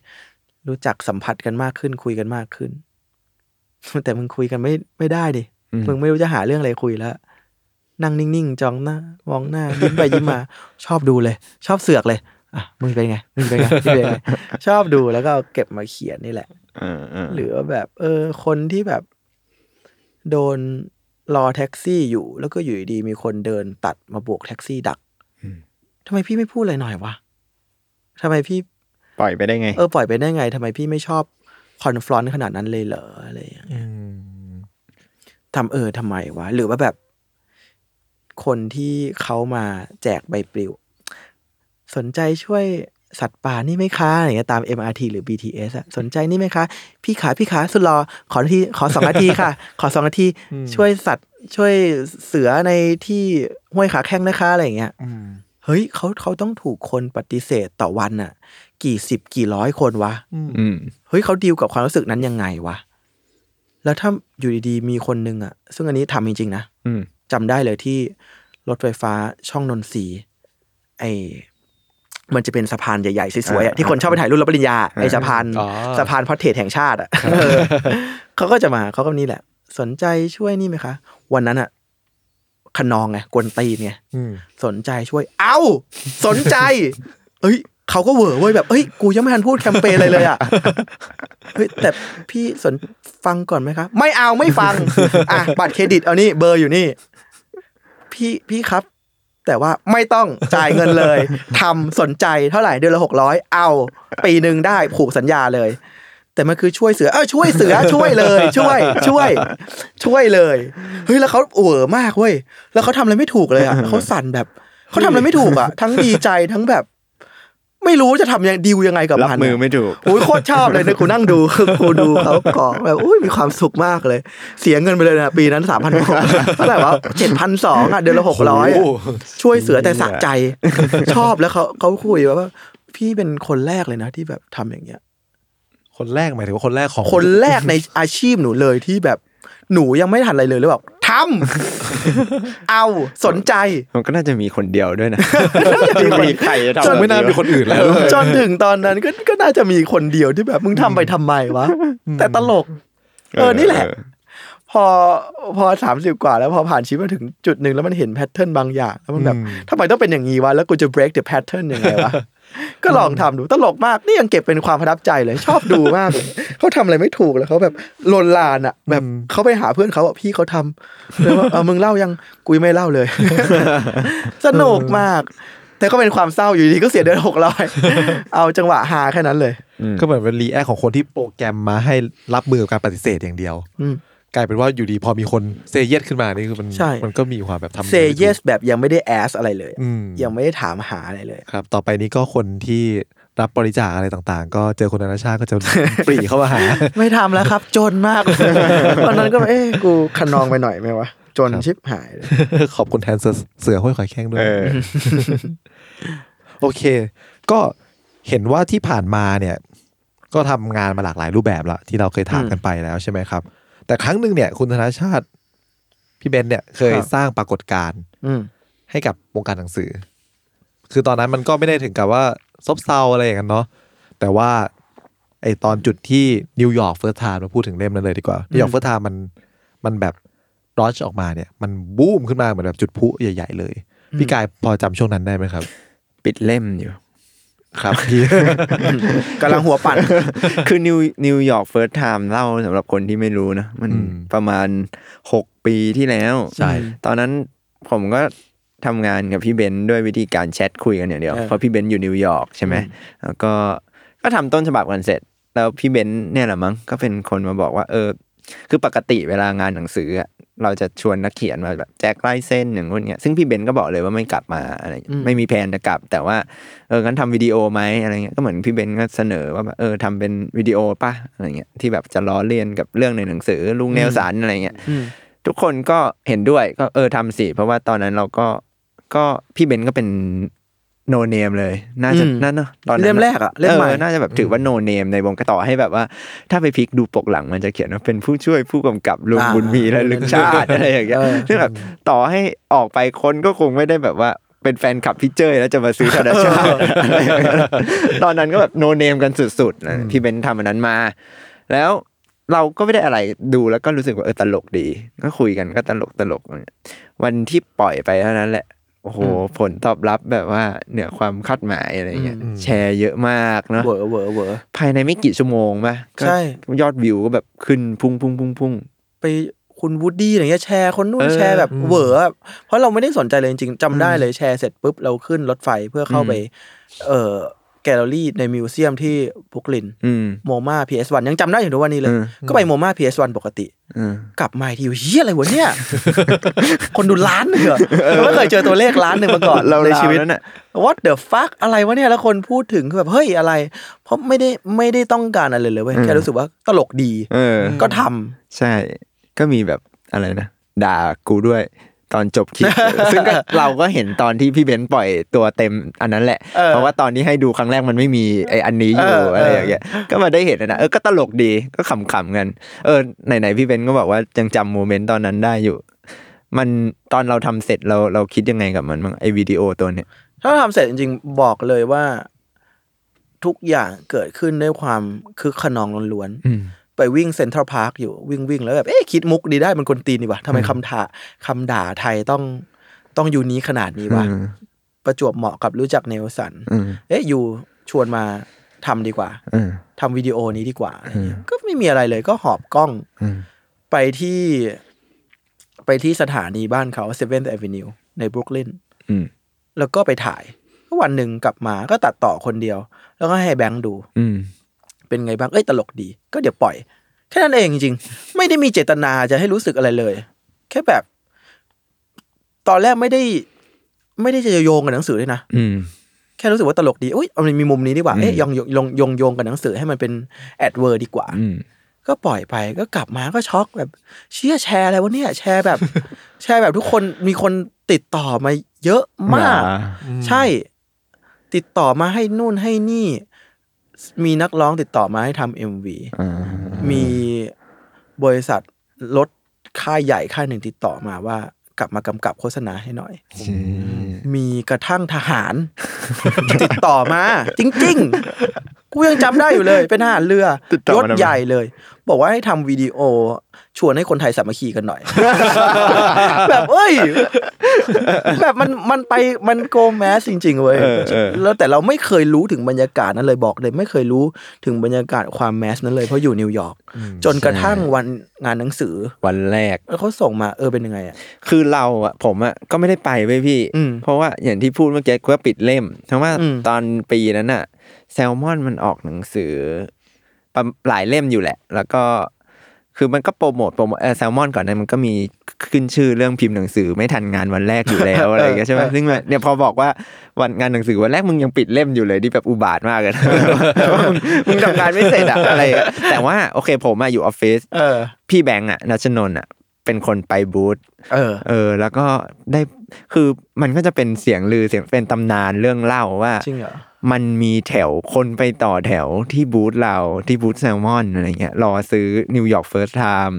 รู้จักสัมผัสกันมากขึ้นคุยกันมากขึ้น แต่มึงคุยกันไม่ไม่ได้ดิ
อืม
มึงไม่รู้จะหาเรื่องอะไรคุยแล้ว นั่งนิ่งๆจ้องหน้ามองหน้า ยิ้มไปยิ้มมา ชอบดูเลย ชอบเสือกเลย อ่ะมึงเป็นไงมึงเป็นไงมึงเป็นไง ชอบดูแล้วก็เอาเก็บมาเขียนนี่แหละ
อ่าอ่า
หรือว่าแบบ เออ คนที่แบบ โดนรอแท็กซี่อยู่ แล้วก็อยู่ดีๆมีคนเดินตัดมาโบวกแท็กซี่ดักทำไมพี่ไม่พูดอะไรหน่อยวะทำไมพี่
ปล่อยไปได้ไง
เออปล่อยไปได้ไงทำไมพี่ไม่ชอบคอนฟลอนขนาดนั้นเลยเหรออะไรอย่างเงี้ย
อืม
ทำเออทำไมวะ หรือว่าแบบ คนที่เขามาแจกใบปลิว สนใจช่วยสัตว์ป่านี่ไหมคะอะไรเงี้ยตาม MRT หรือ BTS อะสนใจนี่ไหมคะ พี่ขาพี่ขาสุดหลอขอนาทีขอสองนาที ค่ะ ขอสองนาทีช่วยสัตว์ช่วยเสือในที่ห้วยขาแข้งนะคะอะไรอย่างเงี้ย
อืม
เฮ้ยเขาเขาต้องถูกคนปฏิเสธต่อวันน่ะ กี่สิบกี่ร้อยคนวะ
อืม
อืม
เฮ้ยเขาดีลกับความรู้สึกนั้นยังไงวะ แล้วถ้าอยู่ดีๆ มีคนหนึ่งอะซึ่งอันนี้ทำจริงๆนะ
อืม
จำได้เลยที่รถไฟฟ้าช่องนนทรีไอมันจะเป็นสะพานใหญ่ๆ สวยๆอะ
อ่า
ที่คนชอบไปถ่ายรูปรับปริญญาไอสะพาน
อ๋อ
สะพานพอเทศแห่งชาติอะเออเขาก็จะมาเขาก็นี่แหละ สนใจช่วยนี่ไหมคะ วันนั้นอะขนองไงกวนตีนไง
อืม
สนใจช่วย เอ้า สนใจ เอ้ย เขาก็เหวอเว้ยแบบ เอ้ย กูยังไม่ทันพูดแคมเปญอะไรเลยอ่ะ เฮ้ย แต่พี่สนฟังก่อนไหมครับ ไม่เอาไม่ฟัง อ่ะ บัตรเครดิตเอานี่ เบอร์อยู่นี่ พี่ พี่ครับ แต่ว่าไม่ต้องจ่ายเงินเลย ทำสนใจเท่าไหร่เดือนละหกร้อย เอา ปีหนึ่งได้ผูกสัญญาเลย แต่มันคือช่วยเสือ เออช่วยเสือ ช่วยเลย ช่วย ช่วย ช่วยเลย เฮ้ย แล้วเขาเออมากเว้ย แล้วเขาทำอะไรไม่ถูกเลยอ่ะ เขาสั่นแบบ เขาทำอะไรไม่ถูกอ่ะ ทั้งดีใจทั้งแบบ ไม่รู้จะทำยังดีลยังไงกับ
รับ
มัน
มือ
อะ
ไม่ถูก
อุ้ยโคตรชอบเลยนะกูนั่งดู คือกูดูเขากรอกแบบอุ้ยมีความสุขมากเลย เสียเงินไปเลยนะปีนั้นสามพันกว่าเท่าไหร่วะเจ็ดพันสองอ่ะเดือนละหกร้อย
โอ้
ช่วยเสือแต่สะใจ ชอบแล้วเขาเขาคุยว่า พี่เป็นคนแรกเลยนะที่แบบทำอย่างเงี้ย
คนแรกหมายถึงว่าคนแรกของ
คนแรกในอาชีพหนูเลยที่แบบหนูยังไม่ทันอะไรเลยแล้วแบบทำ เอาสนใจ
มันก็น่าจะมีคนเดียวด้วยนะ จะมีใครจะทำ
จนไม่น่า
แบบ
มีคนอื่นแล้ว
จนถึงตอนนั้นก็ก็น่าจะมีคนเดียวที่แบบมึงทำไปทำไมวะ แต่ตลก เออนี่แหละ พอพอสามสิบกว่าแล้วพอผ่านชีวิตมาถึงจุดหนึ่งแล้วมันเห็นแพทเทิร์นบางอย่าง แล้วมันแบบ
อืม
ทำไมต้องเป็นอย่างนี้วะ แล้วกูจะ break the pattern ยังไง วะ ก็ลองทำดูตลกมาก นี่ยังเก็บเป็นความประทับใจเลย ชอบดูมากเลยเขาทำอะไรไม่ถูกเลยเขาแบบลนลานอ่ะ แบบเขาไปหาเพื่อนเขาอ่ะพี่เขาทำแล้วว่าเออมึงเล่ายังกูยังไม่เล่าเลย สนุกมาก แต่ก็เป็นความเศร้าอยู่ดีก็เสียเดือนหกร้อยเอาจังหวะหาแค่นั้นเลย
ก็เหมือนเป็นรีแอคของคนที่โปรแกรมมาให้รับมือกับการปฏิเสธอย่างเดียว
อืม
กลายเป็นว่าอยู่ดีพอมีคนเซเยสขึ้นมานี่คือมัน
ใช่
มันก็มีความแบบทำ
เซเยสแบบยังไม่ได้แอสอะไรเลย
อืม
ยังไม่ได้ถามหาอะไรเลย
ครับ ต่อไปนี้ก็คนที่รับบริจาคอะไรต่างๆ ก็เจอคนอนาชาติก็จะ ปรีเข้ามา หา
ไม่ทำแล้วครับ จนม าก ตอนนั้นก็เอ๊ะกูขนองไปหน่อยไหมวะ จนชิบหายเลย
ขอบคุณแทนเสือเสือห้อยขอยแข้งด้วย
เออ
โอเค ก็เห็นว่าที่ผ่านมาเนี่ย ก็ทำงานมาหลากหลายรูปแบบละที่เราเคยถามกันไปแล้วใช่ไหมครับ แต่ครั้งหนึ่งเนี่ย คุณธนาชาติพี่เบนเนี่ยเคยสร้างปรากฏการณ์
อืม
ให้กับวงการหนังสือ คือตอนนั้นมันก็ไม่ได้ถึงกับว่าซบเซาอะไรอย่างนั้นเนาะ แต่ว่าไอตอนจุดที่นิวยอร์กเฟิร์สไทม์มาพูดถึงเล่มนั้นเลยดีกว่า นิวยอร์กเฟิร์สไทม์มันมันแบบรอชออกมาเนี่ย มันบูมขึ้นมาเหมือนแบบจุดพลุใหญ่ ๆ เลย พี่กายพอจำช่วงนั้นได้ไหมครับ
ปิดเล่มอยู่
ครับพี่
กำลังหัวปั่น
คือนิวนิวยอร์กเฟิร์สไทม์เล่าสำหรับคนที่ไม่รู้นะ มัน
อืม
ประมาณหกปีที่แล้ว
ใช่
ตอนนั้นผมก็ ทำงานกับพี่เบนซ์ด้วยวิธีการแชทคุยกันอย่างเดียว
เออ
เพราะพี่เบนซ์อยู่นิวยอร์กใช่ไหมแล้วก็ก็ทำต้นฉบับกันเสร็จ แล้วพี่เบนซ์เนี่ยแหละมั้งก็เป็นคนมาบอกว่า เออ คือปกติเวลางานหนังสืออะเราจะชวนนักเขียนมาแบบแจกลายเส้นอย่างนู้นเงี้ยซึ่งพี่เบนซ์ก็บอกเลยว่าไม่กลับมาอะไร
อืม
ไม่มีแผนจะกลับ แต่ว่าเอองั้นทำวิดีโอไหมอะไรเงี้ยก็เหมือนพี่เบนซ์ก็เสนอว่าแบบเออทำเป็นวิดีโอป่ะอะไรเงี้ยที่แบบจะล้อเลียนกับเรื่องในหนังสือลุงเนลสันอะไรเงี้ย
อืม
ทุกคนก็เห็นด้วยก็เออทำสิ เพราะว่าตอนนั้นเราก็ก็พี่เบนซ์ก็เป็นโนเนมเลย น่าจะ
อืม
นั่นเนอะตอนนั้น
เล่มแรกอะเล่มใหม่
น่าจะแบบถือว่าโนเนมในวงการะต่อให้แบบว่า ถ้าไปพลิกดูปกหลังมันจะเขียนว่าเป็นผู้ช่วยผู้กำกับลุงบุญมีและลึกชาติอะไรอย่างเงี้ย ซึ่งแบบต่อให้ออกไปคนก็คงไม่ได้แบบว่าเป็นแฟนคลับพี่เจยแล้วจะมาซื้อธนชาติอะไรอย่างเงี้ยตอนนั้นก็แบบโนเนมกันสุดๆนะพี่เบนซ์ทำอันนั้นมา แล้วเราก็ไม่ได้อะไรดูแล้วก็รู้สึกว่าเออตลกดี ก็คุยกันก็ตลกตลกอะไรเงี้ยวันที่ปล่อยไปเท่านั้นแหละ โอ้โห ผลตอบรับแบบว่าเหนือความคาดหมายอะไรเงี้ยแชร์เยอะมากเนาะ
เวอร์เวอร์เวอร์
ภายในไม่กี่ชั่วโมงป่ะก็
ใช่
ยอดวิวก็แบบขึ้นพุ่งพุ่งพุ่งพุ่ง
ไปคุณวูดดี้อะไรเงี้ยแชร์คนนู้น
เออ
แชร์แบบเหวออะเพราะเราไม่ได้สนใจเลยจริงๆจำได้เลยแชร์เสร็จปุ๊บเราขึ้นรถไฟเพื่อเข้าไป เอ่อแกลเลอรี่ในมิวเซียมที่บรุกลิน
อืม
โมมาพีเอสวันยังจำได้อยู่ทุกวันนี้เลย
อืม
ก็ไปโมมาพีเอสวันปกติ
อืม
กลับมาอีกทีเฮียอะไรวะ เนี่ย คนดูล้านหนึ่งเหรอเราไม่เคยเจอตัวเลขล้านหนึ่งมาก่อน
เรา
ในชีวิต
เรานั้นน่ะ
what the fuck อะไรวะเนี่ย แล้วคนพูดถึงคือแบบ เฮ้ยอะไร เพราะไม่ได้ไม่ได้ต้องการอะไรเลยเว้ยแค่รู้สึกว่าตลกดี
เออ
ก็ทำ
ใช่ ก็มีแบบอะไรนะ ด่ากูด้วยตอนจบค ลิป ซึ่งก็เราก็เห็นตอนที่พี่เบนซ์ปล่อยตัวเต็มอันนั้นแหละ
เออ
เพราะว่าตอนที่ให้ดูครั้งแรกมันไม่มีไออันนี้อยู่
เอออ
อะไรอย่างเงี้ย ก็มาได้เห็นนะ เออ ก็ตลกดี ก็ขำๆกัน เออ ไหนๆพี่เบนซ์ก็บอกว่ายังจำโมเมนต์ตอนนั้นได้อยู่ มันตอนเราทำเสร็จเราเราคิดยังไงกับมันบ้างไอวิดีโอตัวเนี้ย
ถ้าทำเสร็จจริงๆ บอกเลยว่าทุกอย่างเกิดขึ้นด้วยความคึกขนองล้วน
อืม
ๆไปวิ่งเซ็นทรัลพาร์คอยู่วิ่งวิ่งแล้วแบบเอ๊ะคิดมุกดีได้มันคนตีนดีวะทำไมคำถาคำด่าไทยต้องต้องยูนี้ขนาดนี้วะ
อืม
ประจวบเหมาะกับรู้จักเนลสัน
อืม
เอ๊ะยูชวนมาทำดีกว่า
อืม
ทำวิดีโอนี้ดีกว่าอะไรเงี้ยก็ไม่มีอะไรเลยก็หอบกล้อง
อืม
ไปที่ ไปที่สถานีบ้านเขาเซเว่นแอเวนิวในบรุกลิน
อืม
แล้วก็ไปถ่ายก็วันหนึ่งกลับมาก็ตัดต่อคนเดียว แล้วก็ให้แบงค์ดู
อืม
เป็นไงบ้าง เอ้ยตลกดี ก็เดี๋ยวปล่อย แค่นั้นเองจริงๆ ไม่ได้มีเจตนาจะให้รู้สึกอะไรเลย แค่แบบ ตอนแรกไม่ได้ ไม่ได้จะโยงกับหนังสือด้วยนะ
อืม
แค่รู้สึกว่าตลกดีอุ้ยเอามันมีมุมนี้ดีกว่า เอ๊ย
อืม
ยงโยงโยงโยงโยงกับหนังสือให้มันเป็นแอดเวอร์ดีกว่า
อืม
ก็ปล่อยไปก็กลับมาก็ช็อกแบบ เชี่ยแชร์อะไรวะเนี่ย แชร์แบบ แชร์แบบทุกคนมีคนติดต่อมาเยอะมาก
หรอ
ใช่ ติดต่อมาให้นู่นให้นี่ มีนักร้องติดต่อมาให้ทำเอ็มวี
อ่า
มีบริษัทรถค่ายใหญ่ค่ายหนึ่งติดต่อมาว่ากลับมากำกับโฆษณาให้หน่อย มีกระทั่งทหาร ติดต่อมา จริง ๆ กูยังจำได้อยู่เลย เป็นทหารเรือ
ติดต่อย มา
ศ
ทำไม
ใหญ่เลย บอกว่าให้ทำวิดีโอ ชวนให้คนไทยสามัคคีกันหน่อย แบบเอ้ย แบบมันมันไปมันโกแมสจริง ๆ เว้ย
เออเออ
แล้วแต่เราไม่เคยรู้ถึงบรรยากาศนั้นเลยบอกเลย ไม่เคยรู้ถึงบรรยากาศความแมสนั้นเลยเพราะอยู่นิวยอร์กจนกระทั่งวันงานหนังสือ
วันแรก
แล้วเขาส่งมาเออเป็นยังไงอ่ะ
คือเราอะผมอะก็ไม่ได้ไปเว้ยพี่
อืม
เพราะว่าอย่างที่พูดเมื่อกี้ก็ปิดเล่มทั้งว่า
อืม
ตอนปีนั้นอะแซลมอนมันออกหนังสือประหลายเล่มอยู่แหละ แล้วก็ คือมันก็โปรโมทโปรโมทเออแซลมอนก่อนหนั้านมันก็มีขึ้นชื่อเรื่องพิมพ์หนังสือไม่ทันงานวันแรกอยู่แล้ว อะไรอย่างเงี้ยใช่ไหมซึ่งเนี่ยพอบอกว่าวันงานหนังสือวันแรกมึงยังปิดเล่มอยู่เลยที่แบบอุบาทมากเลยนะ มึงมึงทำงานไม่เสร็จอะอะไรอย่างเงี้ยแต่ว่าโอเคผมอะอยู่ออฟฟิศ
เออ
พี่แบงค์อะนัชนนท์อะเป็นคนไปบูธ
เออ
เออแล้วก็ได้คือมันก็จะเป็นเสียงลือเสียงเป็นตำนานเรื่องเล่าว่า
จริงเหรอ
มันมีแถวคนไปต่อแถวที่บูธเราที่บูธแซลมอนอะไรเงี้ยรอซื้อนิวยอร์กเฟิร์สไทม์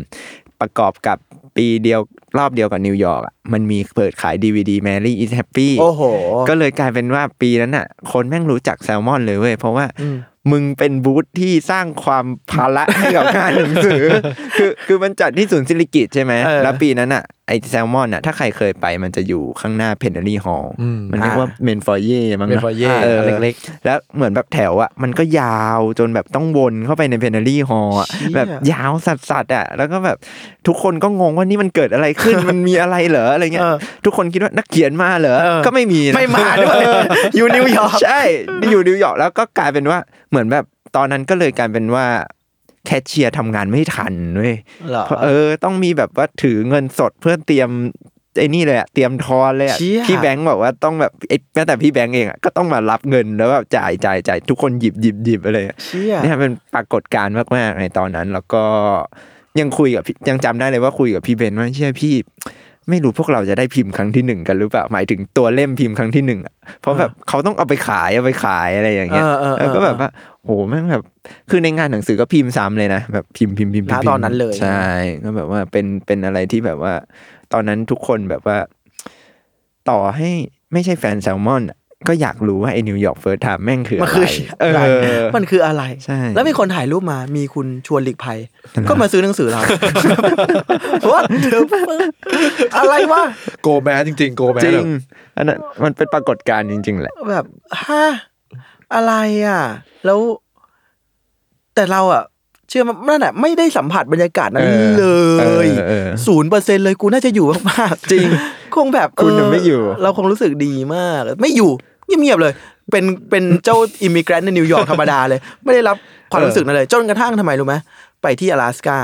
ประกอบกับปีเดียวรอบเดียวกับนิวยอร์กอะมันมีเปิดขาย DVD Mary is Happy
โอ้โห
ก็เลยกลายเป็นว่าปีนั้นน่ะ คนแม่งรู้จักแซลมอนเลยเว้ยเพราะว่า
อืม
มึงเป็นบูธที่สร้างความ ภาระให้กับงานหนังสือ คือคือมันจัดที่ศูนย์ศิริกิตใช่ไหม
เออ
แล้วปีนั้นน่ะ ไอแซลมอนอ่ะ ถ้าใครเคยไปมันจะอยู่ข้างหน้าเพนนารีฮอล
อืม
มันเรียกว่าเมนฟอยเย่มั้งนะ
Main Foyer อันเล็ก
ๆแล้วเหมือนแบบแถวอ่ะมันก็ยาวจนแบบต้องวนเข้าไปในเพนนารีฮอลอ่ะ
เชี่ย
แบบยาวสัสๆอ่ะแล้วก็แบบทุกคนก็งงว่านี่มันเกิดอะไรขึ้ น มันมีอะไรเหรออะไรเงี้ย
เออ
ทุกคนคิดว่านักเขียนมาเหรอ
เออ
ก็ไม่มีนะ
ไม่มาด้วย
เ
อยู่นิวยอร์ก
ใช่ อยู่นิวยอร์กแล้วก็กลายเป็นว่าเหมือนแบบตอนนั้นก็เลยกลายเป็นว่าแคชเชียร์ทำงานไม่ทันเว้ย
เหรอ
เพราะเออต้องมีแบบว่าถือเงินสดเพื่อเตรียมไอ้นี่เลยอะเตรียมทอนเลยอะ
เชี่ย
พี่แบงค์บอกว่าต้องแบบไอ้แม้แต่พี่แบงค์เองอะก็ต้องมารับเงินแล้วแบบจ่ายจ่ายจ่ายทุกคนหยิบหยิบหยิบอะไรอะ
เชี่ย
เนี่ยเป็นปรากฏการณ์มากๆในตอนนั้น แล้วก็ยังคุยกับพี่ยังจำได้เลยว่าคุยกับพี่เบนซ์ว่าเชื่อพี่ ไม่รู้พวกเราจะได้พิมพ์ครั้งที่หนึ่งกันหรือเปล่าหมายถึงตัวเล่มพิมพ์ครั้งที่หนึ่งอะเพราะแบบเขาต้องเอาไปขายเอาไปขายอะไรอย่างเงี้ย
เออเออเออ
แล้วก็แบบว่าโหแม่งแบบคือในงานหนังสือก็พิมพ์ซ้ำเลยนะแบบพิมพ์พิมพ์พิมพ์
ณตอนนั้นเลย
ใช่ก็แบบว่าเป็นเป็นอะไรที่แบบว่า ตอนนั้นทุกคนแบบว่า ต่อให้ไม่ใช่แฟนแซลมอนอะก็อยากรู้ว่าไอ้นิวยอร์กเฟิร์สไทม์แม่งคือ
มั
อะ
น
ไร
คือ
เอ
อะไร
อ
มันคืออะไร
ใช่
แล้วมีคนถ่ายรูปมา มีคุณชวนหลีกภัย ก็มาซื้อหนังสือเรา ว่าเดิมอะไรวะ
โกแมนจริงๆโกแมน
จริงอันนั้นมันเป็นปรากฏการณ์จริง ๆ แหละ
แบบฮะอะไรอ่ะ แล้ว แต่เราอ่ะ เชื่อมันนั่นแหละไม่ได้สัมผัสบรรยากาศนั้น
เออ
เลย
เออเออ
ศูนย์เปอร์เซ็นเลยกูน่าจะอยู่มากๆจริง คงแบบ
คุณน่ะ
เ
ไม่อยู่
เราคงรู้สึกดีมาก ไม่อยู่เงียบๆเลย เป็นเป็นเจ้า อิมิเกรนในนิวยอร์กธรรมดาเลย ไม่ได้รับความรู้สึกนั้นเลย จนกระทั่งทำไมรู้ไหมไปที่阿拉斯า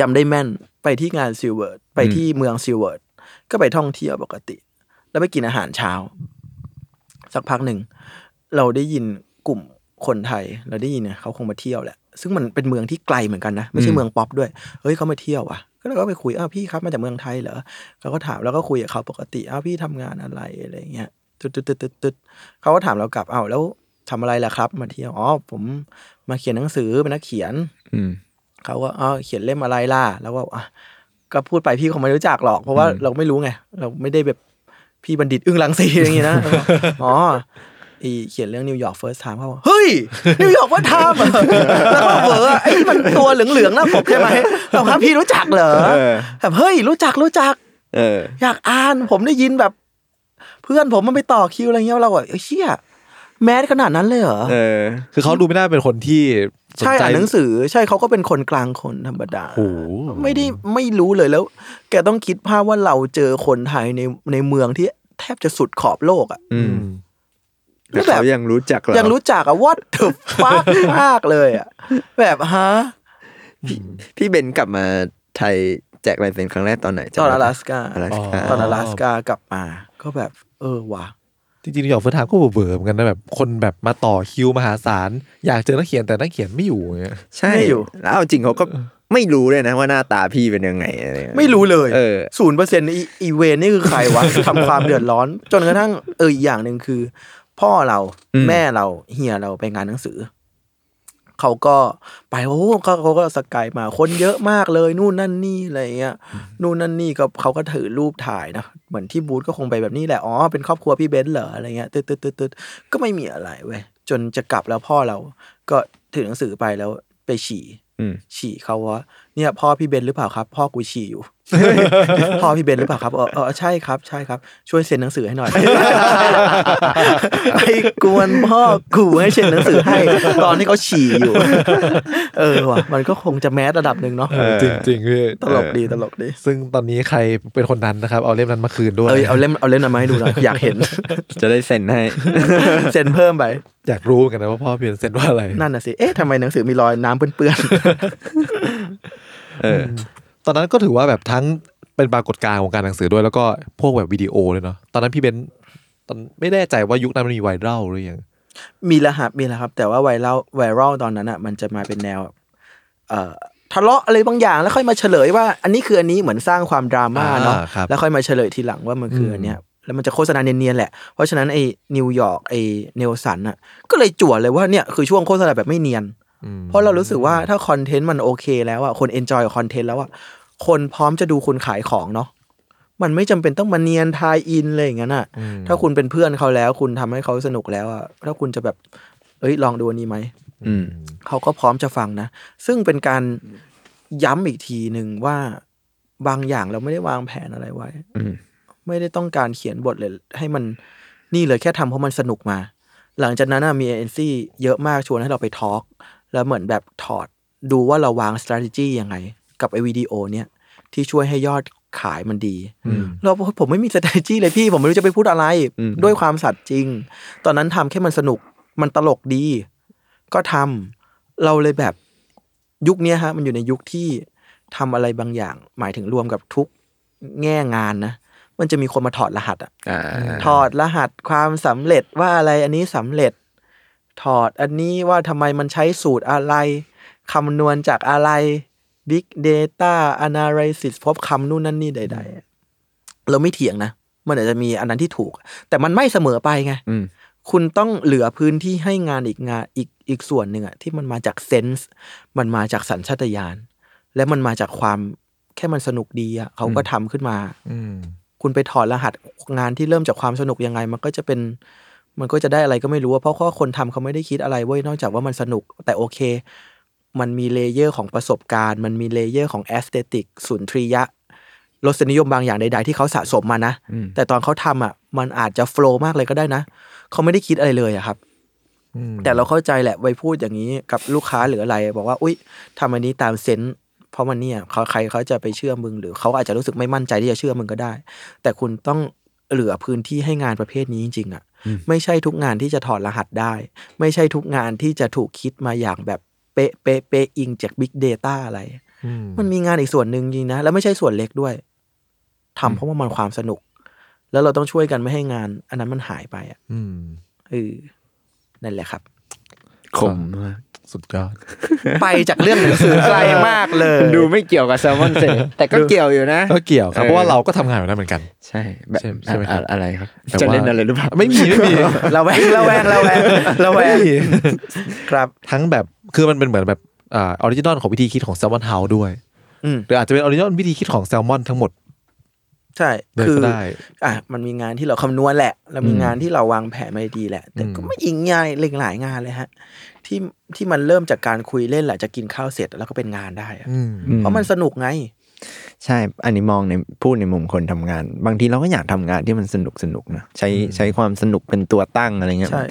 จำได้แม่นไปที่งานซิลเวิร์ดไปที่เมืองซิลเวิร์ดก็ไปท่องเที่ยวปกติ แล้วไปกินอาหารเช้า สักพักหนึ่ง เราได้ยินกลุ่มคนไทย เราได้ยินเนี่ยเขาคงมาเที่ยวแหละ ซึ่งมันเป็นเมืองที่ไกลเหมือนกันนะ ไม่ใช่เมืองป๊อปด้วย เฮ้ยเขามาเที่ยวอ่ะ ก็เราก็ไปคุยอ้าวพี่ครับมาจากเมืองไทยเหรอเขาก็ถามแล้วก็คุยกับเขาปกติอ้าวพี่ทำงานอะไรอะไรอย่างเงี้ยตึ๊ดตึ๊ดตึ๊ดตึ๊ดตึ๊ดเขาก็ถามเรากลับอ้าวแล้วทำอะไรล่ะครับ มาเที่ยวอ๋อผมมาเขียนหนังสือเป็นนักเขียน
อืม
เขาก็อ๋อเขียนเล่มอะไรล่ะ แล้วก็อ่ะก็พูดไปพี่คงไม่รู้จักหรอก เพราะว่าเราไม่รู้ไง เราไม่ได้แบบพี่บัณฑิตอึ้งลังสีอะไรอย่าง งี้นะ แล้วก็อ๋ออีเขียนเรื่องนิวยอร์กเฟิร์สไทม์เขาบอกเฮ้ย นิวยอร์กเฟิร์สไทม์แล้วก็เบอร์ไอ้ที่มันตัวเหลืองๆหน้าปกใช่ไหมเราครับพี่รู้จักเหรอ
เออ
แบบเฮ้ยรู้จักรู้จัก
เออ
อยากอ่านผมได้ยินแบบ เพื่อนผมมันไปต่อคิวอะไรเงี้ยเราแบบเอ้ยเชี่ยแมสขนาดนั้นเลยเหรอ
เออ
คือเขาดูไม่น่าเป็นคนที่สน
ใช่
ใจ
อ่านหนังสือใช่เขาก็เป็นคนกลางคนธรรมดา
โอ้โห
ไม่ได้ไม่รู้เลยแล้ว แกต้องคิดภาพว่าเราเจอคนไทยในในเมืองที่แทบจะสุดขอบโลกอะ
อื
อื
ม
ม
แล้
แต่
วแบบ
เขายังรู้จักเรา
ยังรู้จักอะวัดถึกฟักมากเลยอะแบบฮะ
พี่เบนกลับมาไทยแจกลายเซ็นครั้งแรกตอนไหน
ต
จำ
อน
ได้
阿
ปะ
拉斯กา
อลาสกา
ตอน阿拉斯กากลับมา ก็แบบ เออว่ะ
จริงๆนิวยอร์กเฟิร์สไทม์ก็เบื่อๆเหมือนกันนะแบบคนแบบมาต่อคิวมหาศาลอยากเจอนักเขียนแต่นักเขียนไม่อยู่อย่างเงี้ย
ใช่แล้วเอาจริงเขาก็ไม่รู้เลยนะว่าหน้าตาพี่เป็นยังไงอะเงี้ย
ไม่รู้เลย
เออ
ศูนย์เปอร์เซ็นต์อีเวนนี่คือใคร วะ ทำความเดือดร้อน จนกระทั่งเอออีกอย่างหนึ่งคือ พ่อเราแม่เราเฮียเราไปงานหนังสือ เขาก็ไปโอ้โหเขาเขาก็สกายมาคนเยอะมากเลย นู่นนั่นนี่อะไรอย่างเงี้ยนู่นนั่นนี่ก็เขาก็ถือรูปถ่ายนะเหมือนที่บูธก็คงไปแบบนี้แหละอ๋อเป็นครอบครัวพี่เบนซ์เหรออะไรเงี้ยตึ๊ดตึ๊ดตึ๊ดตึ๊ดก็ไม่มีอะไรเว้ยจนจะกลับแล้วพ่อเราก็ถือหนังสือไปแล้วไปฉี่
อืม
ฉี่เขาว่าเนี่ยพ่อพี่เบนซ์หรือเปล่าครับ พ่อกูฉี่ อยู่ พ่อพี่เบนซ์หรือเปล่าครับเออเออใช่ครับใช่ครับ ช่วยเซ็นหนังสือให้ หน่อย ไปกวนพ่อกูให้เซ็นหนังสือ ให้ ตอนที่เขาฉี่อยู่ เออว่ะมันก็คงจะแมสระดับหนึ่งเนาะ
เออจริงๆพี่
ตลกดีตลกดี
ซึ่งตอนนี้ใครเป็นคนนั้นนะครับ เอาเล่มนั้นมาคืนด้วย
เออเอาเล่มเอาเล่มนั้นมาให้ดูหน่อยอยากเห็น
จะได้เซ็นให้
เซ็นเพิ่มไป
อยากรู้เหมือนกันนะว่าพ่อเพียนเซ็นว่าอะไร
นั่นน่ะสิ เอ๊ะทำไมหนังสือมีรอยน้ำเปื้อน
เออ
ตอนนั้นก็ถือว่าแบบทั้งเป็นปรากฏการณ์ของการหนังสือด้วย แล้วก็พวกแบบวิดีโอเลยเนาะตอนนั้นพี่เบนซ์ตอนไม่แน่ใจว่ายุคนั้นมันมีไวรัลหรือยัง
ๆ มีแล้วครับมีแล้วครับ แต่ว่าไวรัลไวรัลตอนนั้นอ่ะ มันจะมาเป็นแนวแบบเอ่อทะเลาะอะไรบางอย่างแล้วค่อยมาเฉลยว่า อันนี้คืออันนี้เหมือนสร้างความดราม่าเนาะ
อ่ครับ
แล้วค่อยมาเฉลยทีหลังว่ามันคืออันเนี้ย แล้วมันจะโฆษณาเนียนๆแหละ เพราะฉะนั้นไอ้นิวยอร์กไอ้เนลสันอ่ะ ก็เลยจั่วเลยว่าเนี่ยคือช่วงโฆษณาแบบไม่เนียน
อืม
เพราะเรารู้สึกว่าถ้าคอนเทนต์มันโอเคแล้วอ่ะ คนเอนจอยกับคอนเทนต์แล้วอ่ะ คนพร้อมจะดูคุณขายของเนาะ มันไม่จำเป็นต้องมาเนียนทายอินเลยอย่างนั้นอ่ะ
อืม
ถ้าคุณเป็นเพื่อนเขาแล้ว คุณทำให้เขาสนุกแล้วอ่ะ ถ้าคุณจะแบบ เอ้ยลองดูอันนี้ไหม
อืม
เขาก็พร้อมจะฟังนะ ซึ่งเป็นการย้ำอีกทีหนึ่งว่า บางอย่างเราไม่ได้วางแผนอะไรไว้
อืม
ไม่ได้ต้องการเขียนบทเลย ให้มันนี่เลยแค่ทำเพราะมันสนุกมา หลังจากนั้นน่ะมีเอเจนซี่เยอะมากชวนให้เราไปทอล์กแล้วเหมือนแบบถอดดูว่าเราวาง s t r a t e g y ยังไง กับไอวิดีโอเนี่ย ที่ช่วยให้ยอดขายมันดี
อืม
เราบอกว่าผมไม่มี s t r a t e g y เลยพี่ ผมไม่รู้จะไปพูดอะไร
อืม
ด้วยความสัตย์จริง ตอนนั้นทำแค่มันสนุกมันตลกดี ก็ทำเราเลยแบบยุคเนี้ยฮะ มันอยู่ในยุคที่ทำอะไรบางอย่าง หมายถึงรวมกับทุกแง่งานนะ มันจะมีคนมาถอดรหัสอะ
อ่า
ถอดรหัสความสำเร็จว่าอะไรอันนี้สำเร็จ ถอดอันนี้ว่าทำไมมันใช้สูตรอะไรคำนวณจากอะไร Big Data Analysis พบคำนู่นนั่นนี่ใดๆอะเราไม่เถียงนะ มันอาจจะมีอันนั้นที่ถูก แต่มันไม่เสมอไปไง
อืม
คุณต้องเหลือพื้นที่ให้งานอีกงานอีกอีกส่วนหนึ่งอะที่มันมาจากเซนส์มันมาจากสัญชาตญาณและมันมาจากความแค่มันสนุกดีอะเขาก็ทำขึ้นมา
อืม
คุณไปถอดรหัสงานที่เริ่มจากความสนุกยังไง มันก็จะเป็น มันก็จะได้อะไรก็ไม่รู้อะเพราะว่าคนทำเขาไม่ได้คิดอะไรเว้ยนอกจากว่ามันสนุก แต่โอเค มันมีเลเยอร์ของประสบการณ์ มันมีเลเยอร์ของแอสเตติกสุนทรียะรสนิยมบางอย่างใด ๆ ที่เขาสะสมมานะ
อืม
แต่ตอนเขาทำอ่ะ มันอาจจะโฟล์มากเลยก็ได้นะ เขาไม่ได้คิดอะไรเลยอะครับ
อืม
แต่เราเข้าใจแหละไปพูดอย่างนี้กับลูกค้าหรืออะไร บอกว่า อุ้ยทำอันนี้ตามเซนส์เพราะมันเนี่ยเขาใครเขาจะไปเชื่อมึง หรือเขาอาจจะรู้สึกไม่มั่นใจที่จะเชื่อมึงก็ได้ แต่คุณต้องเหลือพื้นที่ให้งานประเภทนี้จริงๆอะ่ะ ไม่ใช่ทุกงานที่จะถอดรหัสได้ ไม่ใช่ทุกงานที่จะถูกคิดมาอย่างแบบเป๊ะเป๊ะเป๊ะอิงจาก Big Data อะไร
อืม
มันมีงานอีกส่วนหนึ่งจริงนะ แล้วไม่ใช่ส่วนเล็กด้วยทำเพราะว่ามันความสนุก แล้วเราต้องช่วยกันไม่ให้งาน อันนั้นมันหายไปอ่ะ
อืม
เออนั่นแหละครับ
คมมาก
สุดยอด
ไปจากเรื่องหนังสือไกลมากเลย
ดูไม่เกี่ยวกับแซลมอนเซแต่ก็เกี่ยวอยู่นะ
ก็เกี่ยวครับ
เออ
เพราะว่าเราก็ทำงานแบบนั้นเหมือนกัน
ใช่แบบ
ใช่ใช่ไหมครับ
อะอะไรครับ
แต่ว่า
จะเล่นอะไรหรือเปล่า
ไม่มีไม่มี
เราแวง เราแวงเราแวงเราแวงครับ
ทั้งแบบคือมันเป็นเหมือนแบบอ่าออริจินอลของวิธีคิดของแซลมอนเฮาด้วย
อืม
หรืออาจจะเป็นออริจินอลวิธีคิดของแซลมอนทั้งหมด
ใช่
เลย
คื
ก็
อ
ได้
อ่ะ มันมีงานที่เราคำนวณแหละ เรามีงานที่เราวางแผนมาดีแหละ แต่ก็
อืม
ไม่ยิงง่ายเร่งหลายงานเลยฮะ ที่ที่มันเริ่มจากการคุยเล่นแหละจะกินข้าวเสร็จแล้วก็เป็นงานได้อะ
อืม
อืม
เพราะมันสนุกไง
ใช่ อันนี้มองในพูดในมุมคนทำงาน บางทีเราก็อยากทำงานที่มันสนุกสนุกนะใช้ใช้ความสนุกเป็นตัวตั้งอะไรเงี้ย
ใช่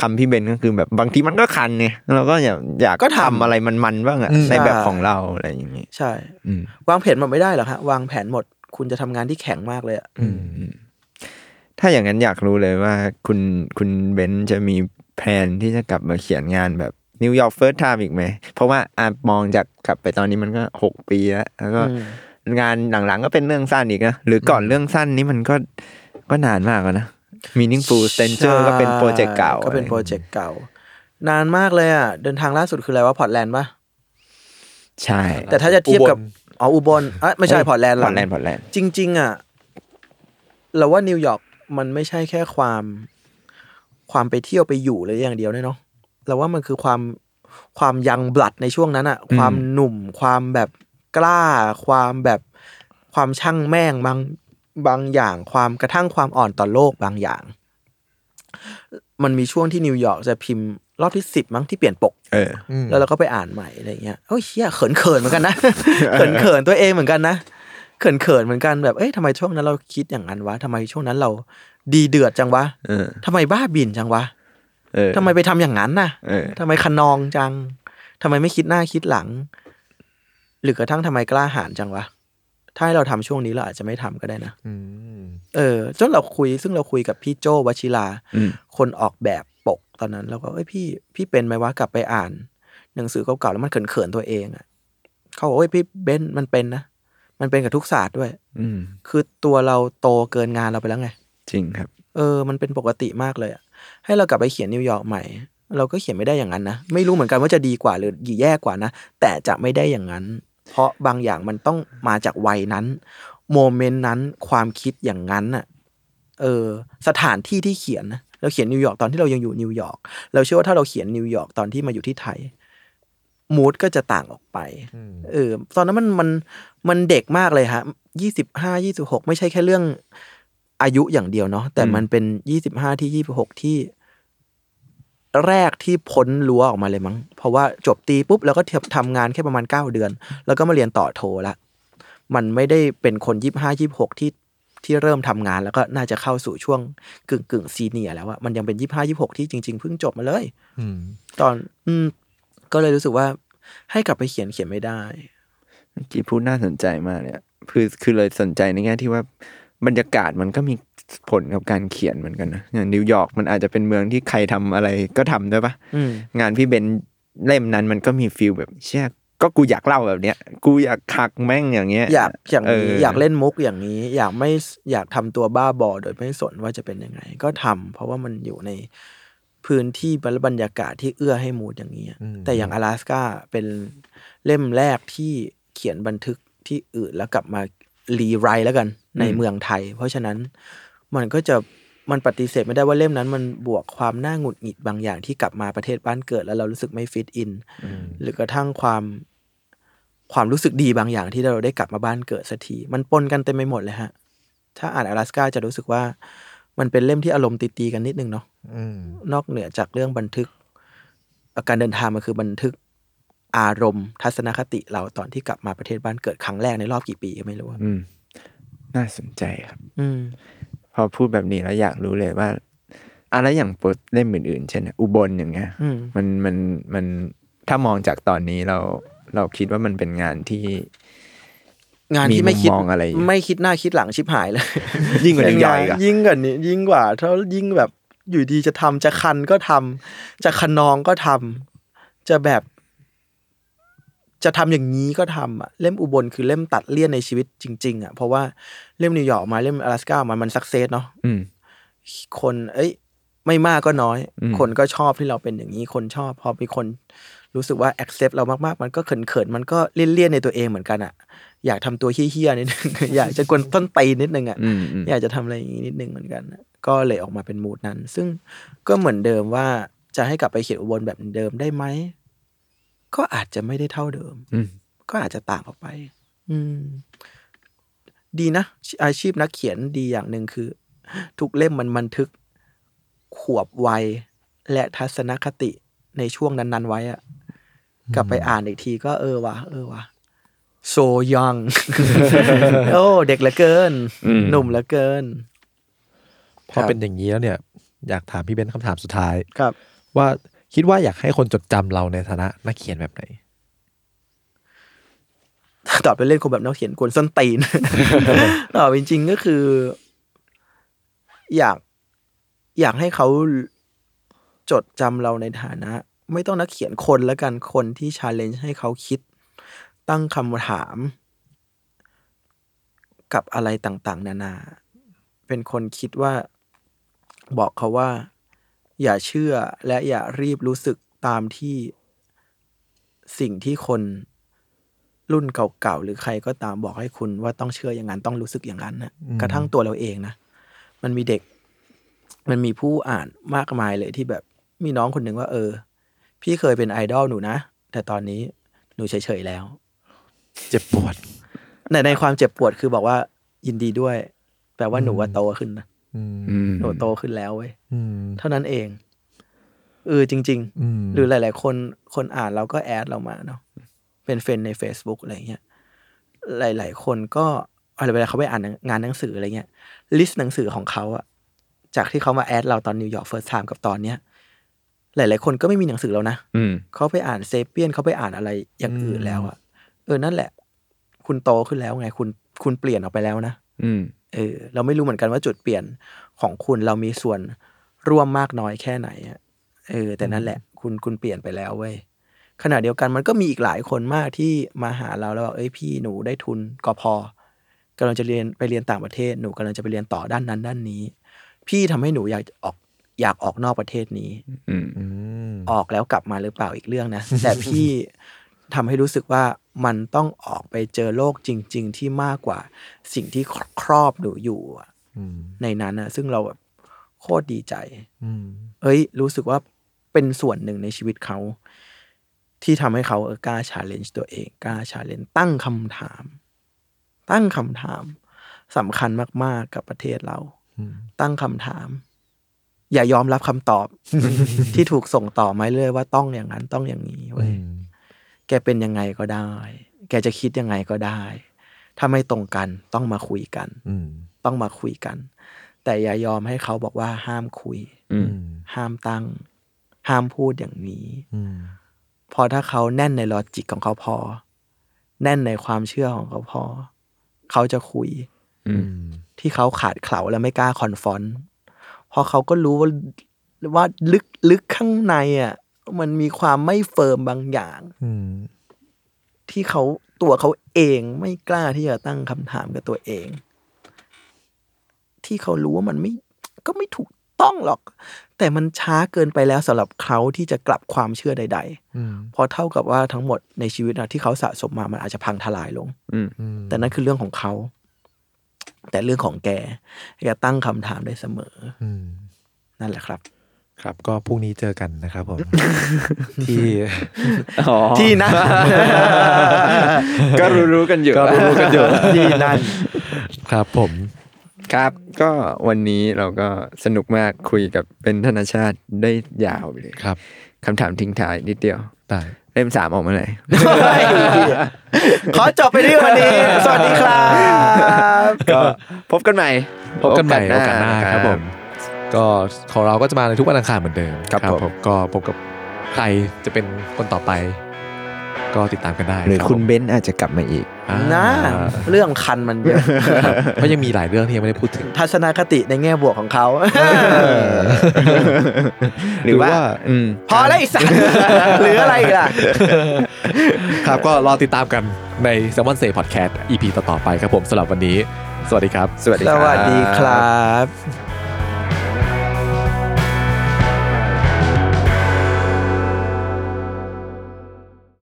คำพี่เบนก็คือแบบบางทีมันก็คันเนี่ยเราก็อยากอยาก
ก็ทำ
อะไรมันมันๆบ้างอะ
อืม
ในแบบ
ใช่
ของเราอะไรอย่างเงี้ย
ใช่
อืม
วางแผนหมดไม่ได้หรอกฮะ วางแผนหมด คุณจะทำงานที่แข็งมากเลยอะ
ถ้าอย่างนั้นอยากรู้เลยว่าคุณคุณเบนซ์จะมีแผนที่จะกลับมาเขียนงานแบบนิวยอร์กเฟิร์สไทม์อีกไหม เพราะว่าอะมองจากกลับไปตอนนี้มันก็หกปีแล้วแล้วก็
อืม
งานหลังๆก็เป็นเรื่องสั้นอีกนะ หรือก่อนเรื่องสั้นนี่มันก็ก็นานมากแล้วนะมีนิ่งฟูสเตนเจอร์ก็เป็นโปรเจกต์เก่า
ก็เป็นโปรเจกต์เก่า นานมากเลยอ่ะ เดินทางล่าสุดคืออะไรวะพอร์ตแลนด์ปะ
ใช่
แต่ถ้าจะเทียบกับ อ๋อ อุบลอ่ะไม่ใช่พอร์ตแลนด์ห
พ
ร
อ
อ
ร์ตแลนด์พอร์ตแลนด์
จริง ๆ อ่ะ เราว่านิวยอร์กมันไม่ใช่แค่ความ ความไปเที่ยวไปอยู่เลยอย่างเดียวเนี่ยเนาะเราว่ามันคือความความยังบลัดในช่วงนั้นอ่ะ ความหนุ่ม ความแบบกล้า ความแบบความช่างแม่งบางบางอย่าง ความกระทั่งความอ่อนต่อโลกบางอย่าง มันมีช่วงที่นิวยอร์กจะพิมพ์รอบที่สิบมั้งที่เปลี่ยนปก
เออ
แล้วเราก็ไปอ่านใหม่อะไรเงี้ยโอ้ยเชี่ยเขินเขินๆเหมือนกัน นะ เขินเขินๆตัวเองเหมือนกันนะ เขินเขินๆเหมือนกันแบบ เอ้ยทำไมช่วงนั้นเราคิดอย่างนั้นวะทำไมช่วงนั้นเราดีเดือดจังวะ
เออ
ทำไมบ้าบินจังวะ
เออ
ทำไมไปทำอย่างนั้นน่ะ
เออ
ทำไมขนองจังทำไมไม่คิดหน้าคิดหลัง หรือกระทั่งทำไมกล้าหาญจังวะ ถ้าให้เราทำช่วงนี้เราอาจจะไม่ทำก็ได้นะ
อืม
เออจนเราคุยซึ่งเราคุยกับพี่โจวชิรา
อืม
คนออกแบบปกตอนนั้นเราก็เอ้ยพี่พี่เป็นไหมวะกลับไปอ่าน หนังสือเก่าๆแล้วมันเขินๆตัวเองอะ่ะเขาบอกเอ้ยพี่เบนซ์มันเป็นนะมันเป็นกับทุกศาสตร์ด้วย
อืม
คือตัวเราโตเกินงานเราไปแล้วไง
จริงครับ
เออ มันเป็นปกติมากเลยอะให้เรากลับไปเขียนนิวยอร์กใหม่ เราก็เขียนไม่ได้อย่างนั้นนะ ไม่รู้เหมือนกันว่าจะดีกว่าหรือแย่กว่านะ แต่จะไม่ได้อย่างนั้น เพราะบางอย่างมันต้องมาจากวัยนั้น โมเมนต์นั้น ความคิดอย่างนั้นน่ะ เออ สถานที่ที่เขียนนะ เราเขียนนิวยอร์กตอนที่เรายังอยู่นิวยอร์ก เราเชื่อว่าถ้าเราเขียนนิวยอร์กตอนที่มาอยู่ที่ไทย มูดก็จะต่างออกไป เออ ตอนนั้นมันมันมันเด็กมากเลยฮะ ยี่สิบห้า ยี่สิบหกไม่ใช่แค่เรื่องอายุอย่างเดียวเนาะ แต่
อืม
มันเป็นยี่สิบห้าที่ยี่สิบหกที่ แรกที่พ้นรั้วออกมาเลยมั้ง เพราะว่าจบตีปุ๊บ แล้วก็เทียบทำงานแค่ประมาณเก้าเดือน แล้วก็มาเรียนต่อโทละ มันไม่ได้เป็นคนยี่ห้ายี่หกที่ที่เริ่มทำงานแล้วก็น่าจะเข้าสู่ช่วงกึ่งกึ่งซีเนียแล้วอะมันยังเป็นยี่ห้ายี่หกที่จริง ๆ เพิ่งจบมาเลย
อืม
ตอนอืมก็เลยรู้สึกว่าให้กลับไปเขียนเขียนไม่ได้
จีพูดน่าสนใจมากเลยอะคือคือเลยสนใจในแง่ที่ว่าบรรยากาศมันก็มีผลกับการเขียนเหมือนกันนะอย่างนิวยอร์กมันอาจจะเป็นเมืองที่ใครทำอะไรก็ทำได้ปะ
อืม
งานพี่เบนเล่มนั้นมันก็มีฟิลแบบ เชี่ยก็กูอยากเล่าแบบเนี้ย กูอยากขักแม่งอย่างเงี้ย
อยากอย่าง
เ
นี้อยากเล่นมุกอย่างนี้ อยากไม่อยากทำตัวบ้าบอโดยไม่สนว่าจะเป็นยังไง ก็ทำเพราะว่ามันอยู่ในพื้นที่และบรรยากาศที่เอื้อให้มูดอย่างนี้อะ
อืม
แต่อย่าง阿拉สกาเป็นเล่มแรกที่เขียนบันทึกที่อื่นแล้วกลับมารีไรต์แล้วกันในเมืองไทย เพราะฉะนั้นมันก็จะมันปฏิเสธไม่ได้ว่าเล่มนั้นมันบวกความน่าหงุดหงิดบางอย่างที่กลับมาประเทศบ้านเกิด แล้วเรารู้สึกไม่ฟิตอิน หรือกระทั่งความ ความรู้สึกดีบางอย่างที่เราได้กลับมาบ้านเกิดสักที มันปนกันเต็มไปหมดเลยฮะ ถ้าอ่าน阿拉สกาจะรู้สึกว่า มันเป็นเล่มที่อารมณ์ตีๆกันนิดนึงเนาะ
อืม
นอกเหนือจากเรื่องบันทึกอาการเดินทางมันคือบันทึกอารมณ์ทัศนคติเราตอนที่กลับมาประเทศบ้านเกิดครั้งแรกในรอบกี่ปีก็ไม่รู้อะ
อืมน่าสนใจครับ
อืม
พอพูดแบบนี้แล้วอยากรู้เลยว่าอะไรอย่างโปรเล่มอื่นๆเช่นอุบลอย่างเงี้ย
อืม
มันมันมันถ้ามองจากตอนนี้เราเราคิดว่ามันเป็นงานที่
งานที่ไม่คิด
มีมุมมองอะไรอยู่
ไม่คิดหน้าคิดหลังชิบหายเลย
ยิ่งกว่านิวยอร์กอีกอะ
ยิ่งกว่านี้ยิ่งกว่าถ้ายิ่งแบบอยู่ดีจะทำจะคันก็ทำจะขนองก็ทำจะแบบ จะทำอย่างนี้ก็ทำอ่ะเล่มอุบลคือเล่มตัดเลี่ยนในชีวิตจริง ๆ อ่ะ เพราะว่าเล่มนิวยอร์กมาเล่ม阿拉สก้ามามันสักเซสเนาะ
อืม
คน เอ้ย ไม่มากก็น้อย
อืม
คนก็ชอบที่เราเป็นอย่างนี้คนชอบ พอมีคน รู้สึกว่า accept เรามากๆ มันก็เขินๆ มันก็เลี่ยนๆในตัวเองเหมือนกันอ่ะ อยากทำตัวเฮี้ยๆนิดนึง อยากจะกวนต้นตีนนิดนึงอ่ะ
อืมอืม
อยากจะทำอะไรอย่างนี้นิดนึงเหมือนกันนะก็เลยออกมาเป็นมูดนั้น ซึ่งก็เหมือนเดิมว่าจะให้กลับไปเขียนอุบลแบบเดิมได้ไหม ก็อาจจะไม่ได้เท่าเดิม
อืม
ก็อาจจะต่างออกไป อืม ดีนะ อาชีพนักเขียนดีอย่างหนึ่งคือ ทุกเล่มมันบันทึก ขวบวัยและทัศนคติในช่วงนั้น ๆ ไว้อะกลับไปอ่านอีกทีก็เออวะเออวะ so young โอ้ เด็กเหลือเกิน
อืม
หนุ่มเหลือเกิน
พอเป็นอย่างนี้แล้วเนี่ย อยากถามพี่เบนซ์คำถามสุดท้าย
ครับ
ว่าคิดว่าอยากให้คนจดจำเราในฐานะนักเขียนแบบไหน
ตอบไปเล่นคงแบบนักเขียนกวนส้นตี น ตอบจริงๆก็คือ อยาก อยากให้เขาจดจำเราในฐานะ ไม่ต้องนักเขียนคนแล้วกันคนที่ชาเลนจ์ให้เขาคิด ตั้งคำถาม กับอะไรต่างๆ นานา เป็นคนคิดว่า บอกเขาว่า อย่าเชื่อและอย่ารีบรู้สึกตามที่สิ่งที่คน รุ่นเก่าๆ หรือใครก็ตามบอกให้คุณว่าต้องเชื่ออย่างนั้นต้องรู้สึกอย่างนั้นนะกระทั่งตัวเราเองนะ มันมีเด็ก มันมีผู้อ่านมากมายเลยที่แบบมีน้องคนหนึ่งว่า เออ พี่เคยเป็นไอดอลหนูนะ แต่ตอนนี้หนูเฉยๆแล้ว
เจ็บปวด
ในในความเจ็บปวดคือบอกว่า ยินดีด้วย แปลว่าหนูว่าโตขึ้นนะ
อืม
อืม
หนูโตขึ้นแล้วเว้ย
อืม
เท่านั้นเองเออจริง ๆ
อืม
หรือหลาย ๆ คนคนอ่านเราก็แอดเรามาเนาะเป็นเฟรนด์ใน Facebook อะไรเงี้ยหลาย ๆ คนก็อะไรเวลาเขาไปอ่านหนังงานหนังสืออะไรเงี้ยลิสต์หนังสือของเขาอะจากที่เขามาแอดเราตอนนิวยอร์กเฟิร์สไทม์กับตอนเนี้ยหลาย ๆ คนก็ไม่มีหนังสือแล้วนะ
อืม
เขาไปอ่านเซเปียนเขาไปอ่านอะไรอย่างอื่นแล้วอะเออนั่นแหละ คุณโตขึ้นแล้วไงคุณคุณเปลี่ยนออกไปแล้วนะ
อืม
เออเราไม่รู้เหมือนกันว่าจุดเปลี่ยนของคุณเรามีส่วนร่วมมากน้อยแค่ไหนอะเออ แต่นั่นแหละ คุณคุณเปลี่ยนไปแล้วเว้ยขณะเดียวกันมันก็มีอีกหลายคนมากที่มาหาเราแล้วบอกเอ้ยพี่หนูได้ทุนกพกำลังจะเรียนไปเรียนต่างประเทศหนูกำลังจะไปเรียนต่อด้านนั้นด้านนี้ พี่ทำให้หนูอยากออกอยากออกนอกประเทศนี้
อืม
อืม
ออกแล้วกลับมาหรือเปล่าอีกเรื่องนะ แต่พี่ทำให้รู้สึกว่ามันต้องออกไปเจอโลกจริง ๆ ที่มากกว่าสิ่งที่ครอบหนูอยู่อะ
อืม
ในนั้นนะซึ่งเราแบบโคตรดีใจ
อืม
เอ้ย รู้สึกว่าเป็นส่วนหนึ่งในชีวิตเขา ที่ทำให้เขาเออกล้าชาเลนจ์ตัวเองกล้าชาเลนจ์ตั้งคำถาม ตั้งคำถามสำคัญมาก ๆ กับประเทศเรา
อืม
ตั้งคำถาม อย่ายอมรับคำตอบ ที่ถูกส่งต่อมาเรื่อยว่าต้องอย่างนั้นต้องอย่างนี้เว้ย
อืม
แกเป็นยังไงก็ได้ แกจะคิดยังไงก็ได้ ถ้าไม่ตรงกันต้องมาคุยกัน
อืม
ต้องมาคุยกัน แต่อย่ายอมให้เขาบอกว่าห้ามคุย
อืม
ห้ามตั้ง ห้ามพูดอย่างนี้
อืม
พอถ้าเขาแน่นในลอจิกของเขาพอ แน่นในความเชื่อของเขาพอ เขาจะคุย
อืม
ที่เขาขาดเข่าและไม่กล้าคอนฟอนต์เพราะเขาก็รู้ว่าว่าลึกลึกข้างในอ่ะ มันมีความไม่เฟิร์มบางอย่าง
อืม
ที่เขาตัวเขาเองไม่กล้าที่จะตั้งคำถามกับตัวเอง ที่เขารู้ว่ามันไม่ ก็ไม่ถูกต้องหรอก แต่มันช้าเกินไปแล้วสำหรับเขาที่จะกลับความเชื่อใด
อืม
ๆ เพราะเท่ากับว่าทั้งหมดในชีวิตนะที่เขาสะสมมามันอาจจะพังทลายลง
อืม
อืม
แต่นั่นคือเรื่องของเขา แต่เรื่องของแกแกตั้งคำถามได้เสมอ
อืม
นั่นแหละครับ
ครับก็พรุ่งนี้เจอกันนะครับ ผม ที่
อ๋อ
ที่นั่น
ก็รู้รู้ๆกันอยู่
ก็รู้ๆกันอยู่
ที่นั่น
ครับผม
ครับ ก็วันนี้เราก็สนุกมากคุยกับเป็นธนชาติได้ยาวไปเลย
ครับ
คำถามทิ้งท้ายนิดเดียว
ได้
เล่มสามออกมาเลย
ขอจบไปที่ วันนี้ สวัสดีครับ
ก็พบกันใหม่
พบกันใหม่โอกาสหน้า
ะ
ครับผม ก็ของเราก็จะมาในทุกวันอังคารเหมือนเดิม
ครับผม
ก็พบกับใครจะเป็นคนต่อไป ก็ติดตามกันได้
หรือ
รับ
คุณ
ผม
เบนซ์อาจจะกลับมาอีก
อ่า
นะเรื่องคันมันเยอะ
ครับเพราะยังมีหลายเรื่องที่ยังไม่ได้พูดถึง
ทัศนคติในแง่บวกของเขา
หรือว่า
หรือว่า
อืม
พอแล้วไอีสัตว์ หรืออะไรอีกล่ะ
ครับก็รอติดตามกันใน s ซ l m o n Say Podcast EP ต่อๆไปครับผมสำหรับวันนี้ สวัสดีครับ
สวัสดี
ส
ครับ
วัสดีครับ